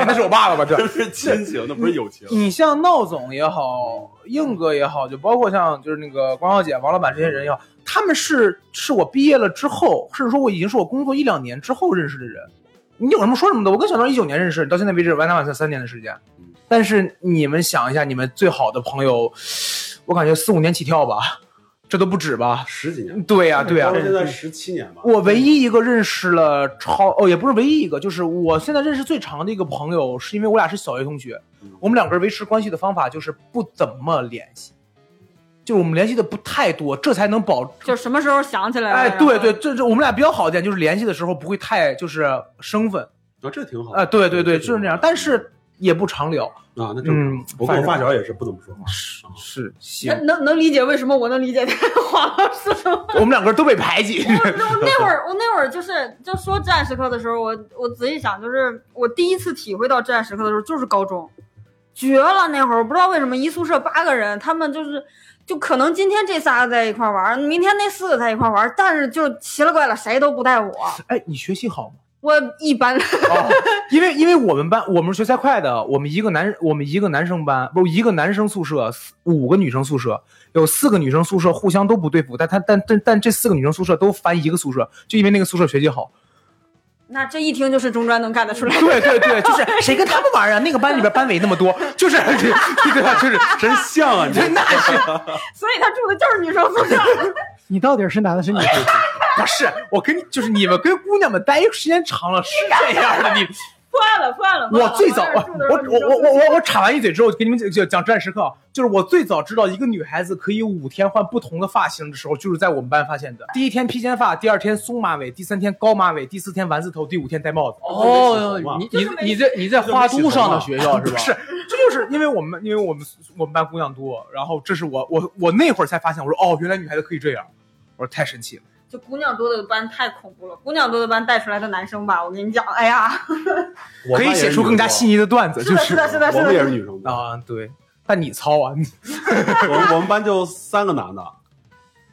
Speaker 1: 那是我爸爸吧？对
Speaker 5: 那。 (laughs) 是亲情，那不是友情。
Speaker 1: 你像闹总也好，硬哥也好，就包括像就是那个光耀姐、王老板这些人也好，他们是是我毕业了之后，甚至说我已经是我工作一两年之后认识的人。你有什么说什么的。我跟小张一九年认识，到现在为止完打完才三年的时间。但是你们想一下，你们最好的朋友，我感觉四五年起跳吧，这都不止吧？
Speaker 5: 十几年，啊
Speaker 1: 对呀、对呀、
Speaker 5: 高中现在十七年吧。
Speaker 1: 嗯我唯一一个认识了超哦，也不是唯一一个，就是我现在认识最长的一个朋友，是因为我俩是小学同学
Speaker 5: 嗯，
Speaker 1: 我们两个人维持关系的方法就是不怎么联系，就是我们联系的不太多，这才能保。
Speaker 2: 就什么时候想起来了？
Speaker 1: 哎，
Speaker 2: 然后
Speaker 1: 对对，，这这我们俩比较好的点就是联系的时候不会太就是生分，
Speaker 5: 啊，这挺好
Speaker 1: 哎，对对对，就是那样，但是也不常聊，
Speaker 5: 啊，那正常。
Speaker 1: 嗯，
Speaker 5: 我跟我发小也是不怎么说话，
Speaker 1: 是行
Speaker 2: 那，能能理解为什么我能理解黄老
Speaker 1: (laughs)
Speaker 2: 师什么？
Speaker 1: 我们两个人都被排挤，
Speaker 2: 我那我那会儿，我那会儿就是就说至暗时刻的时候，我我仔细想，就是我第一次体会到至暗时刻的时候，就是高中，绝了！那会儿我不知道为什么一宿舍八个人，他们就是就可能今天这仨在一块儿玩儿，明天那四个在一块儿玩儿，但是就奇了怪了，谁都不带我，
Speaker 1: (laughs) 哎，你学习好吗？
Speaker 2: 我一般。
Speaker 1: 哦，因为因为我们班我们是学财会的，我们一个男我们一个男生班不一个男生宿舍四五个女生宿舍，有四个女生宿舍互相都不对付，但他但但但这四个女生宿舍都翻一个宿舍，就因为那个宿舍学习好。
Speaker 2: 那这一听就是中专能干得出
Speaker 1: (laughs)
Speaker 2: 来。
Speaker 1: 对对对，就是谁跟他们玩啊？那个班里边班委那么多， (laughs) 就是
Speaker 5: 对吧？就是真像啊，你这
Speaker 1: (laughs) 那是
Speaker 2: 所以他住的就是女生宿舍。 (laughs)
Speaker 3: 你到底是男的是女的？
Speaker 1: 不是？我跟你就是你们跟姑娘们待一时间长了是这样的，你。
Speaker 2: 破案了，破案了！破
Speaker 1: (laughs)
Speaker 2: 案
Speaker 1: 我
Speaker 2: 了
Speaker 1: 最早，
Speaker 2: 我
Speaker 1: 我我我我我我插完一嘴之后，给你们讲讲战时刻啊，就是我最早知道一个女孩子可以五天换不同的发型的时候，就是在我们班发现的。第一天披肩发，第二天松马尾，第三天高马尾，第四天丸子头，第五天戴帽子。
Speaker 4: 哦，你你你在你在花都上的学校是
Speaker 1: 不
Speaker 4: 吧？
Speaker 1: 是，这就是因为我们因为我们我们班姑娘多，然后这是我我我那会儿才发现，我说哦，原来女孩子可以这样，我说太神奇了。
Speaker 2: 就姑娘多的班太恐怖了，姑娘多的班带出来的男生吧，我跟你讲，哎呀，
Speaker 5: 我
Speaker 1: 可以
Speaker 5: 妈也是
Speaker 1: 写出更加细腻的段子，
Speaker 2: 是
Speaker 1: 就
Speaker 2: 的，是的，是的，
Speaker 5: 女生班。我
Speaker 2: 是
Speaker 5: 们也是
Speaker 2: 的。
Speaker 5: 女生班，
Speaker 1: 啊，对。但你糙啊，你
Speaker 5: 我们我们班就三个男的，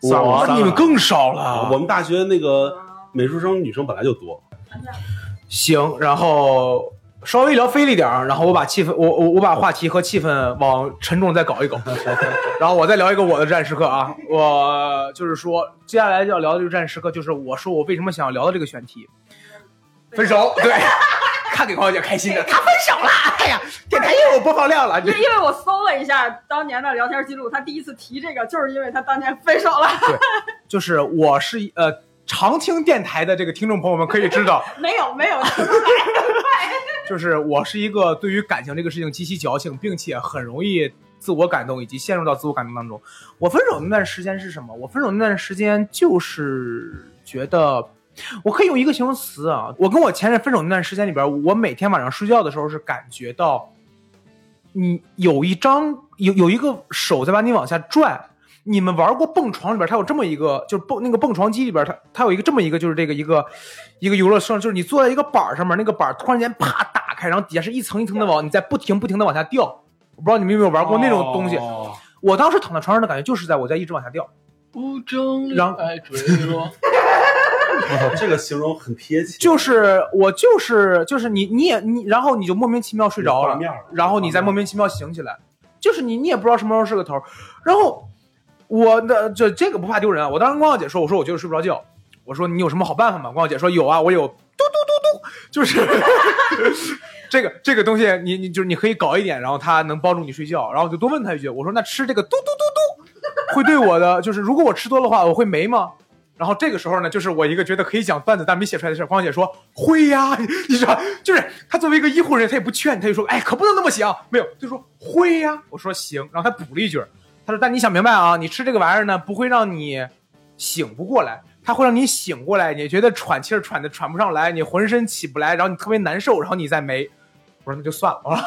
Speaker 4: 我
Speaker 5: 三个
Speaker 4: 啊
Speaker 5: 三个
Speaker 1: 你们
Speaker 5: 男的啊
Speaker 1: 更少了。啊
Speaker 5: 我们大学那个
Speaker 2: 嗯
Speaker 5: 美术生女生本来就多，
Speaker 1: 行，然后稍微聊飞了一点儿，然后我把气氛，我我我把话题和气氛往沉重再搞 (laughs) 一搞，然后我再聊一个我的战时刻啊，我就是说接下来要聊的这个战时刻，就是我说我为什么想要聊的这个选题，分手，对，看给黄小姐开心的，她分手了，哎呀，电台又有播放量了，
Speaker 2: (laughs) 因
Speaker 1: 这
Speaker 2: 为因为我搜了一下当年的聊天记录，他第一次提这个，就是因为他当年分手了，
Speaker 1: 就是我是一呃常听电台的这个听众朋友们可以知道，
Speaker 2: 没有没有，
Speaker 1: (laughs) 就是我是一个对于感情这个事情极其矫情，并且很容易自我感动以及陷入到自我感动当中。我分手那段时间是什么？我分手那段时间就是觉得，我可以用一个形容词啊，我跟我前任分手那段时间里边，我每天晚上睡觉的时候是感觉到，你有一张有有一个手在把你往下拽。你们玩过蹦床里边，它有这么一个，就是蹦那个蹦床机里边，它它有一个这么一个，就是这个一个一个游乐设施，就是你坐在一个板儿上面，那个板儿突然间啪打开，然后底下是一层一层的往，你在不停不停的往下掉。我不知道你们有没有玩过那种东西。
Speaker 4: 哦
Speaker 1: 我当时躺在床上的感觉就是在我在一直往下掉。
Speaker 4: 不争
Speaker 1: 然后
Speaker 4: 爱坠落。
Speaker 5: 我操，这个形容很贴切，
Speaker 1: 就是我就是就是你你也你，然后你就莫名其妙睡着
Speaker 5: 有画
Speaker 1: 了，
Speaker 5: 面了
Speaker 1: 然后你再莫名其妙醒起来，就是你你也不知道什么时候是个头儿。然后我的这这个不怕丢人啊，我当时跟光小姐说，我说我就是睡不着觉，我说你有什么好办法吗？光小姐说有啊，我有嘟嘟嘟嘟，就是 (laughs) 这个这个东西你你就是你可以搞一点，然后它能帮助你睡觉。然后我就多问她一句，我说那吃这个嘟嘟嘟嘟会对我的就是如果我吃多的话，我会没吗？然后这个时候呢，就是我一个觉得可以讲段子但没写出来的事儿。光姐说会呀、 (laughs) 你你知道，就是她作为一个医护人员，她也不劝你，她就说，哎，可不能那么想，没有，就说会呀、我说行，然后她补了一句儿，她说，但你想明白啊，你吃这个玩意儿呢，不会让你醒不过来，它会让你醒过来，你觉得喘气儿喘的喘不上来，你浑身起不来，然后你特别难受，然后你再没。我说那就算了。啊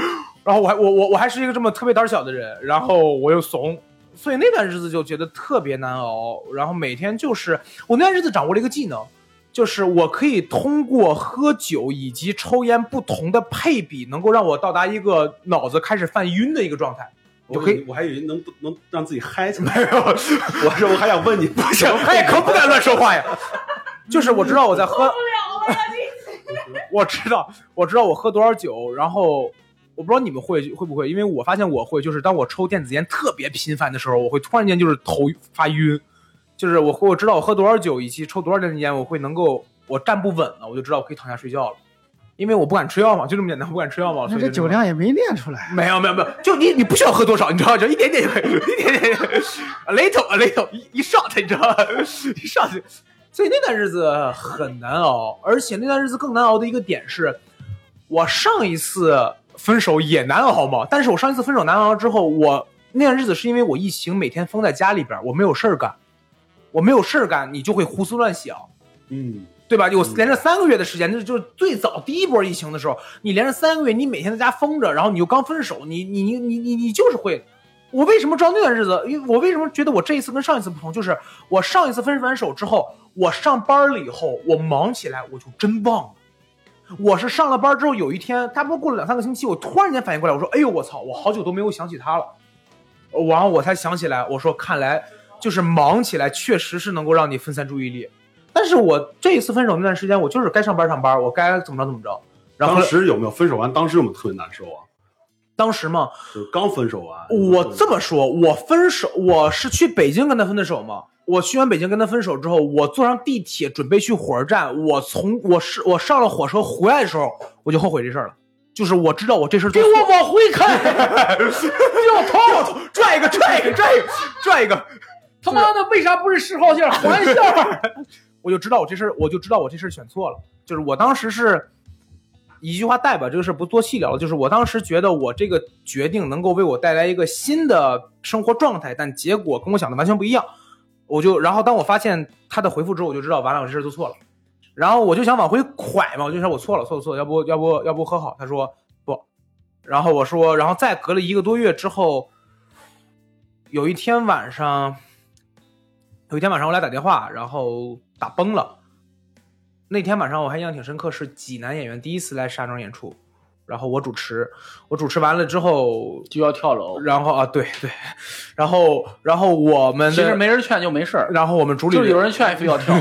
Speaker 1: (laughs) 然后我还我我我还是一个这么特别胆小的人，然后我又怂，所以那段日子就觉得特别难熬。然后每天就是我那段日子掌握了一个技能，就是我可以通过喝酒以及抽烟不同的配比，能够让我到达一个脑子开始犯晕的一个状态。 (laughs)
Speaker 5: 我
Speaker 1: 就可以
Speaker 5: 我还以为能不能让自己嗨起来，
Speaker 1: 没有，
Speaker 5: 我是我还想问你，不
Speaker 1: 行，哎，可不敢乱说话呀。就是我知道我在喝， (laughs) 我知道，我知道我喝多少酒，然后我不知道你们会会不会，因为我发现我会，就是当我抽电子烟特别频繁的时候，我会突然间就是头发晕，就是我会我知道我喝多少酒以及抽多少电子烟，我会能够我站不稳了，我就知道我可以躺下睡觉了，因为我不敢吃药嘛，就这么简单，我不敢吃药嘛，所
Speaker 3: (laughs) 那
Speaker 1: 以
Speaker 3: 这
Speaker 1: 就这么
Speaker 3: 酒量也没练出来。
Speaker 1: 没有没有没有，就你你不需要喝多少，你知道，就一点点，一点点，a (laughs) little a little，一一 shot，你知道，一 shot。所以那段日子很难熬，而且那段日子更难熬的一个点是，我上一次分手也难熬嘛，但是我上一次分手难熬之后，我那段日子是因为我疫情每天封在家里边儿，我没有事儿干，我没有事儿干，你就会胡思乱想。
Speaker 5: 嗯，
Speaker 1: 对吧？有连着三个月的时间，这就是最早第一波疫情的时候，你连着三个月，你每天在家封着，然后你又刚分手，你你你你你你就是会。我为什么知道那段日子？因为我为什么觉得我这一次跟上一次不同？就是我上一次分完手之后，我上班了以后，我忙起来我就真忘了。我是上了班之后，有一天，差不多过了两三个星期，我突然间反应过来，我说：“哎呦，我操！我好久都没有想起他了。”然后我才想起来，我说：“看来就是忙起来，确实是能够让你分散注意力。”但是我这一次分手那段时间，我就是该上班上班，我该怎么着怎么着。然后
Speaker 5: 当时有没有分手完？当时有没有特别难受啊？
Speaker 1: 当时嘛，
Speaker 5: 就是刚分手完，
Speaker 1: 哎我这么说，我分手，我是去北京跟他分的手嘛。我去完北京跟他分手之后，我坐上地铁准备去火车站，我从我是我上了火车回来的时候，我就后悔这事儿了。就是我知道我这事儿 (laughs) 给我往回看，掉头拽一个拽一个拽一个拽一个，
Speaker 4: (laughs) 他妈的，为啥不是十号线环线？
Speaker 1: 我就知道我这事儿，我就知道我这事儿选错了。就是我当时是一句话带吧，这个事儿不做细聊了。就是我当时觉得我这个决定能够为我带来一个新的生活状态，但结果跟我想的完全不一样。我就，然后当我发现他的回复之后，我就知道完了，我这事儿做错了。然后我就想往回拐嘛，我就说我错了，错了，错了，要不要不要不和好？他说不，然后我说，然后再隔了一个多月之后，有一天晚上，有一天晚上我俩打电话，然后打崩了。那天晚上我还印象挺深刻，是济南演员第一次来石家庄演出，然后我主持，我主持完了之后，
Speaker 4: (laughs) 就要跳楼。
Speaker 1: 然后啊对对，然后然后我们
Speaker 4: 其
Speaker 1: 的
Speaker 4: 实没人劝就没事儿，
Speaker 1: 然后我们主理
Speaker 4: 就是有人劝非要跳。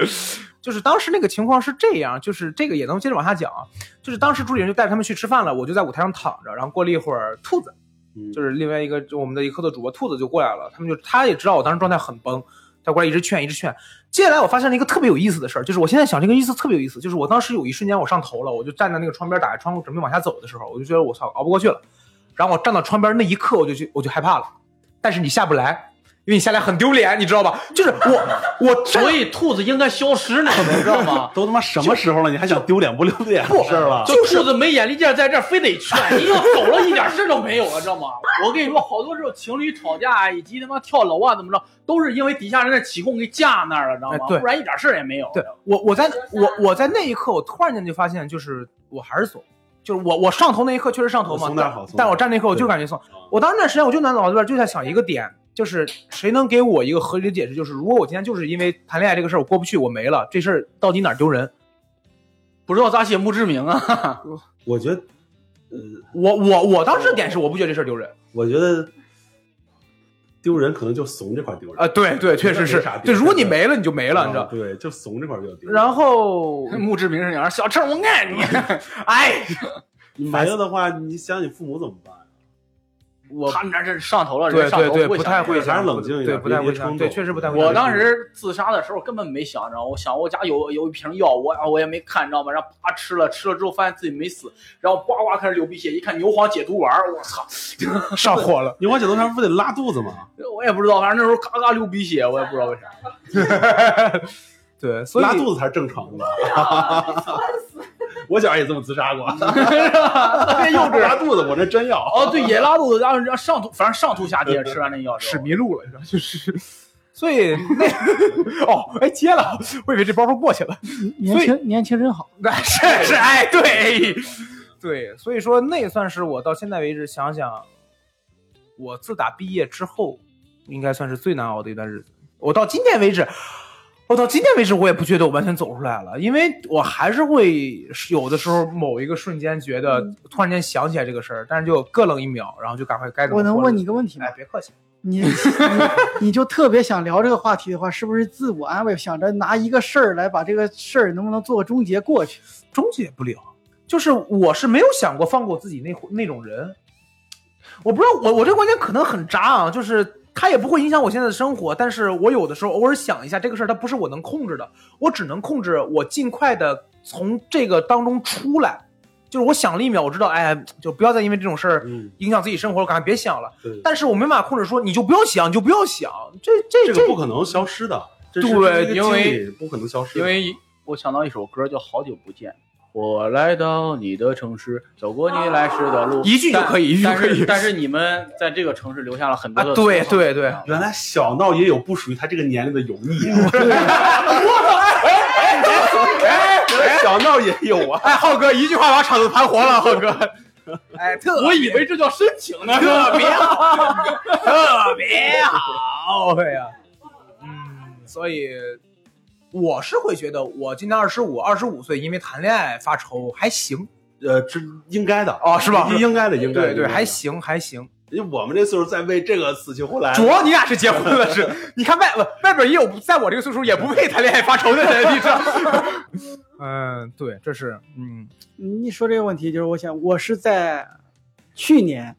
Speaker 4: (laughs)
Speaker 1: (laughs) 就是当时那个情况是这样，就是这个也能接着往下讲啊。就是当时主理人就带着他们去吃饭了，我就在舞台上躺着，然后过了一会儿，兔子
Speaker 5: 嗯？
Speaker 1: 就是另外一个就我们的一课的主播兔子就过来了，他们就他也知道我当时状态很崩，他过来一直劝一直劝。接下来我发现了一个特别有意思的事儿，就是我现在想这个意思特别有意思，就是我当时有一瞬间我上头了，我就站在那个窗边打开窗户准备往下走的时候，我就觉得我操熬不过去了，然后我站到窗边那一刻我就去我就害怕了，但是你下不来，因为你下来很丢脸，你知道吧？就是我我站
Speaker 4: 所以兔子应该消失，你们知道吗 (laughs)
Speaker 5: 都他妈什么时候了，你还想丢脸不丢脸的事儿了？
Speaker 4: 就兔子没眼力见，在这儿非得劝， (laughs) 你要走了一点事儿都没有啊了，知道吗？我跟你说，好多时候情侣吵架啊以及他妈跳楼啊，怎么着，都是因为底下人在起哄给架那儿了，知道
Speaker 1: 哎
Speaker 4: 吗？
Speaker 1: 对
Speaker 4: 不然一点事儿也没有。
Speaker 1: 对我，我在我我在那一刻，我突然间就发现，就是我还是怂，就是我我上头那一刻确实上头嘛，
Speaker 5: 松点
Speaker 1: 但
Speaker 5: 好松点
Speaker 1: 但我站那一刻我就
Speaker 5: 对
Speaker 1: 感觉怂。我当时那时间我就在脑子里边就在想一个点，就是谁能给我一个合理的解释，就是如果我今天就是因为谈恋爱这个事儿我过不去，我没了，这事儿到底哪儿丢人？
Speaker 4: 不知道咋写墓志铭啊？
Speaker 5: 我觉得，呃，
Speaker 1: 我我我当时的点是我不觉得这事儿丢人
Speaker 5: 我觉得丢人可能就怂这块丢人
Speaker 1: 啊，对对，确实
Speaker 5: 没
Speaker 1: 是
Speaker 5: 啥，丢
Speaker 1: 对，
Speaker 5: 人
Speaker 1: 如果你没了你就没了，
Speaker 5: 啊
Speaker 1: 你知道。
Speaker 5: 对，就怂这块比较丢人。
Speaker 1: 然后
Speaker 4: 墓志铭是啥？小陈，我爱 (laughs) 你。哎，
Speaker 5: 你没了的话，你想你父母怎么办？
Speaker 1: 我
Speaker 4: 他们这是上头了，
Speaker 1: 对
Speaker 4: 人上
Speaker 1: 对
Speaker 4: 头
Speaker 1: 对
Speaker 4: 不
Speaker 1: 不太
Speaker 4: 想这
Speaker 1: 会
Speaker 4: 个
Speaker 1: 想，
Speaker 5: 想还是冷静一点
Speaker 1: 对，不太
Speaker 5: 别
Speaker 1: 会
Speaker 5: 别
Speaker 1: 想，
Speaker 5: 冲
Speaker 1: 对，
Speaker 5: 动
Speaker 1: 确实不太会想。
Speaker 4: 我当时自杀的时候根本没想着，我想我家有有一瓶药，我啊我也没看，你知道吗？然后啪吃了，吃了之后发现自己没死，然后呱呱开始流鼻血，一看牛黄解毒丸儿，我操！
Speaker 1: 上火了，
Speaker 5: 你往解毒上不得拉肚子吗？
Speaker 4: 我也不知道，反正那时候嘎嘎流鼻血，我也不知道为啥。 (laughs)
Speaker 1: 对，所以
Speaker 5: 拉肚子才是正常的吧？我小时候也这么自杀过，
Speaker 4: 特别幼稚。啊
Speaker 1: 啊
Speaker 5: 拉肚子我那真要。
Speaker 4: 哦，对，也拉肚子，然后然后上吐，反正上吐下泻，吃完那药之
Speaker 1: 使
Speaker 4: 后。
Speaker 1: 迷路了，你知道，就是，所以那 (laughs) 哦，哎，接了，我以为这包袱过去了，
Speaker 3: 年
Speaker 1: 所以
Speaker 3: 轻年轻真好，
Speaker 1: 是 (laughs) 是，哎，对对，所以说那算是我到现在为止想想，我自打毕业之后，应该算是最难熬的一段日子。我到今天为止。我到今天为止，我也不觉得我完全走出来了，因为我还是会有的时候某一个瞬间觉得
Speaker 3: 嗯
Speaker 1: 突然间想起来这个事儿，但是就咯楞一秒，然后就赶快该怎么
Speaker 3: 我能
Speaker 1: 活
Speaker 3: 问
Speaker 1: 着
Speaker 3: 你一个问题吗
Speaker 1: 哎，别客气，
Speaker 3: 你 (laughs) 你你就特别想聊这个话题的话，是不是自我安慰，想着拿一个事儿来把这个事儿能不能做个终结过去？
Speaker 1: 终结不了。就是我是没有想过放过自己那会那种人，我不知道我我这个观点可能很渣啊，就是它也不会影响我现在的生活，但是我有的时候偶尔想一下这个事儿，它不是我能控制的，我只能控制我尽快的从这个当中出来。就是我想了一秒，我知道，哎，就不要再因为这种事儿
Speaker 5: 嗯，
Speaker 1: 影响自己生活了，赶快别想了。
Speaker 5: 对，
Speaker 1: 但是我没办法控制说，你就不要想，你就不要想，这
Speaker 5: 这
Speaker 1: 这
Speaker 5: 个不可能消失的，这
Speaker 4: 对
Speaker 5: 是这是一个
Speaker 4: 因为
Speaker 5: 经历不可能消失的，
Speaker 4: 因为我想到一首歌叫《好久不见》，我来到你的城市，走过你来时的路，
Speaker 1: 一句就
Speaker 4: 但
Speaker 1: 可以一句
Speaker 4: 但是 (laughs)
Speaker 1: 可以
Speaker 4: 但是你们在这个城市留下了很多的
Speaker 1: 啊对
Speaker 4: 创伤
Speaker 1: 对对
Speaker 5: 原来小闹也有不属于他这个年龄的油腻啊！小闹也有啊！
Speaker 1: 哎，浩哥一句话把场子盘活了，浩哥，
Speaker 4: 哎，我以为这叫深情呢，
Speaker 1: 特别好，特别好，对呀、嗯，所以我是会觉得，我今年二十五，二十五岁，因为谈恋爱发愁还行，
Speaker 5: 呃，这应该的
Speaker 1: 哦是吧
Speaker 5: 应该的，应该的。
Speaker 1: 对对，
Speaker 5: 应该的
Speaker 1: 还。行还行。
Speaker 5: 因为我们这岁数在为这个死去活来，
Speaker 1: 主要你俩是结婚了，是？你看外外外边也有在我这个岁数也不配谈恋爱发愁的人，你知道？ (laughs) 嗯，对，这是嗯，
Speaker 3: 你一说这个问题，就是我想，我是在去年，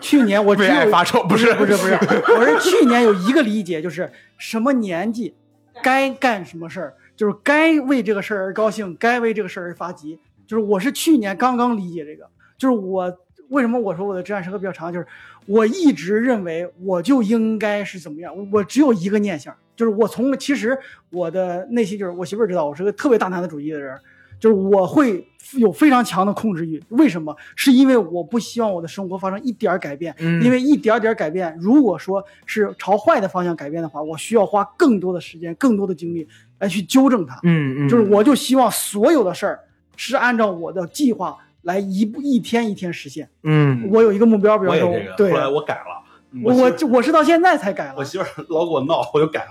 Speaker 3: 去年我只
Speaker 1: 为爱
Speaker 3: 有
Speaker 1: 发愁，不是
Speaker 3: 不是不是， (laughs) 我是去年有一个理解，就是什么年纪该干什么事儿，就是该为这个事儿而高兴，该为这个事儿而发急。就是我是去年刚刚理解这个，就是我为什么我说我的职业生涯比较长，就是我一直认为我就应该是怎么样，我只有一个念想，就是我从其实我的内心就是我媳妇儿知道我是个特别大男子主义的人，就是我会有非常强的控制欲。为什么？是因为我不希望我的生活发生一点儿改变，
Speaker 1: 嗯
Speaker 3: 因为一点儿点儿改变，如果说是朝坏的方向改变的话，我需要花更多的时间、更多的精力来去纠正它。
Speaker 1: 嗯嗯，
Speaker 3: 就是我就希望所有的事儿是按照我的计划来一步一天一天实现。
Speaker 1: 嗯，
Speaker 3: 我有一个目标，比
Speaker 5: 我
Speaker 3: 方
Speaker 5: 也
Speaker 3: 说
Speaker 5: 这，个。
Speaker 3: 对
Speaker 5: 后，来我改了，
Speaker 3: 我
Speaker 5: 我
Speaker 3: 我就我是到现在才改
Speaker 5: 我
Speaker 3: 了。
Speaker 5: 媳妇儿老给我闹，我就改了。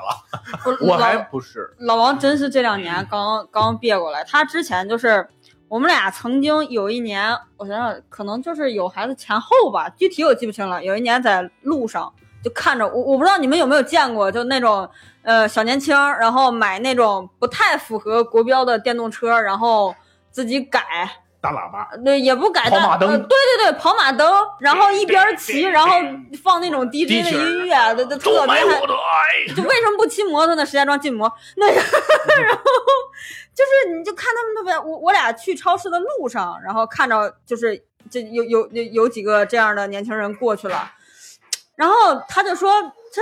Speaker 2: 我
Speaker 4: 我
Speaker 2: 老
Speaker 4: 还不是，
Speaker 2: 老王真是这两年刚刚别过来，他之前就是我们俩曾经有一年，我想想，可能就是有孩子前后吧，具体我记不清了。有一年在路上就看着我，我不知道你们有没有见过，就那种呃小年轻儿，然后买那种不太符合国标的电动车，然后自己改，
Speaker 5: 大喇叭，
Speaker 2: 对，也不改
Speaker 4: 跑
Speaker 2: 但
Speaker 4: 马灯
Speaker 2: 呃对对对，跑马灯，然后一边儿骑，然后放那种 DJ
Speaker 4: 啊
Speaker 2: 的音乐，啊对对，特别还
Speaker 4: 的爱。
Speaker 2: (laughs) 就为什么不骑摩托呢？石家庄禁摩 (laughs) 那个，然后就是你就看他们特别，我我俩去超市的路上，然后看着就是这有有有有几个这样的年轻人过去了，然后他就说，这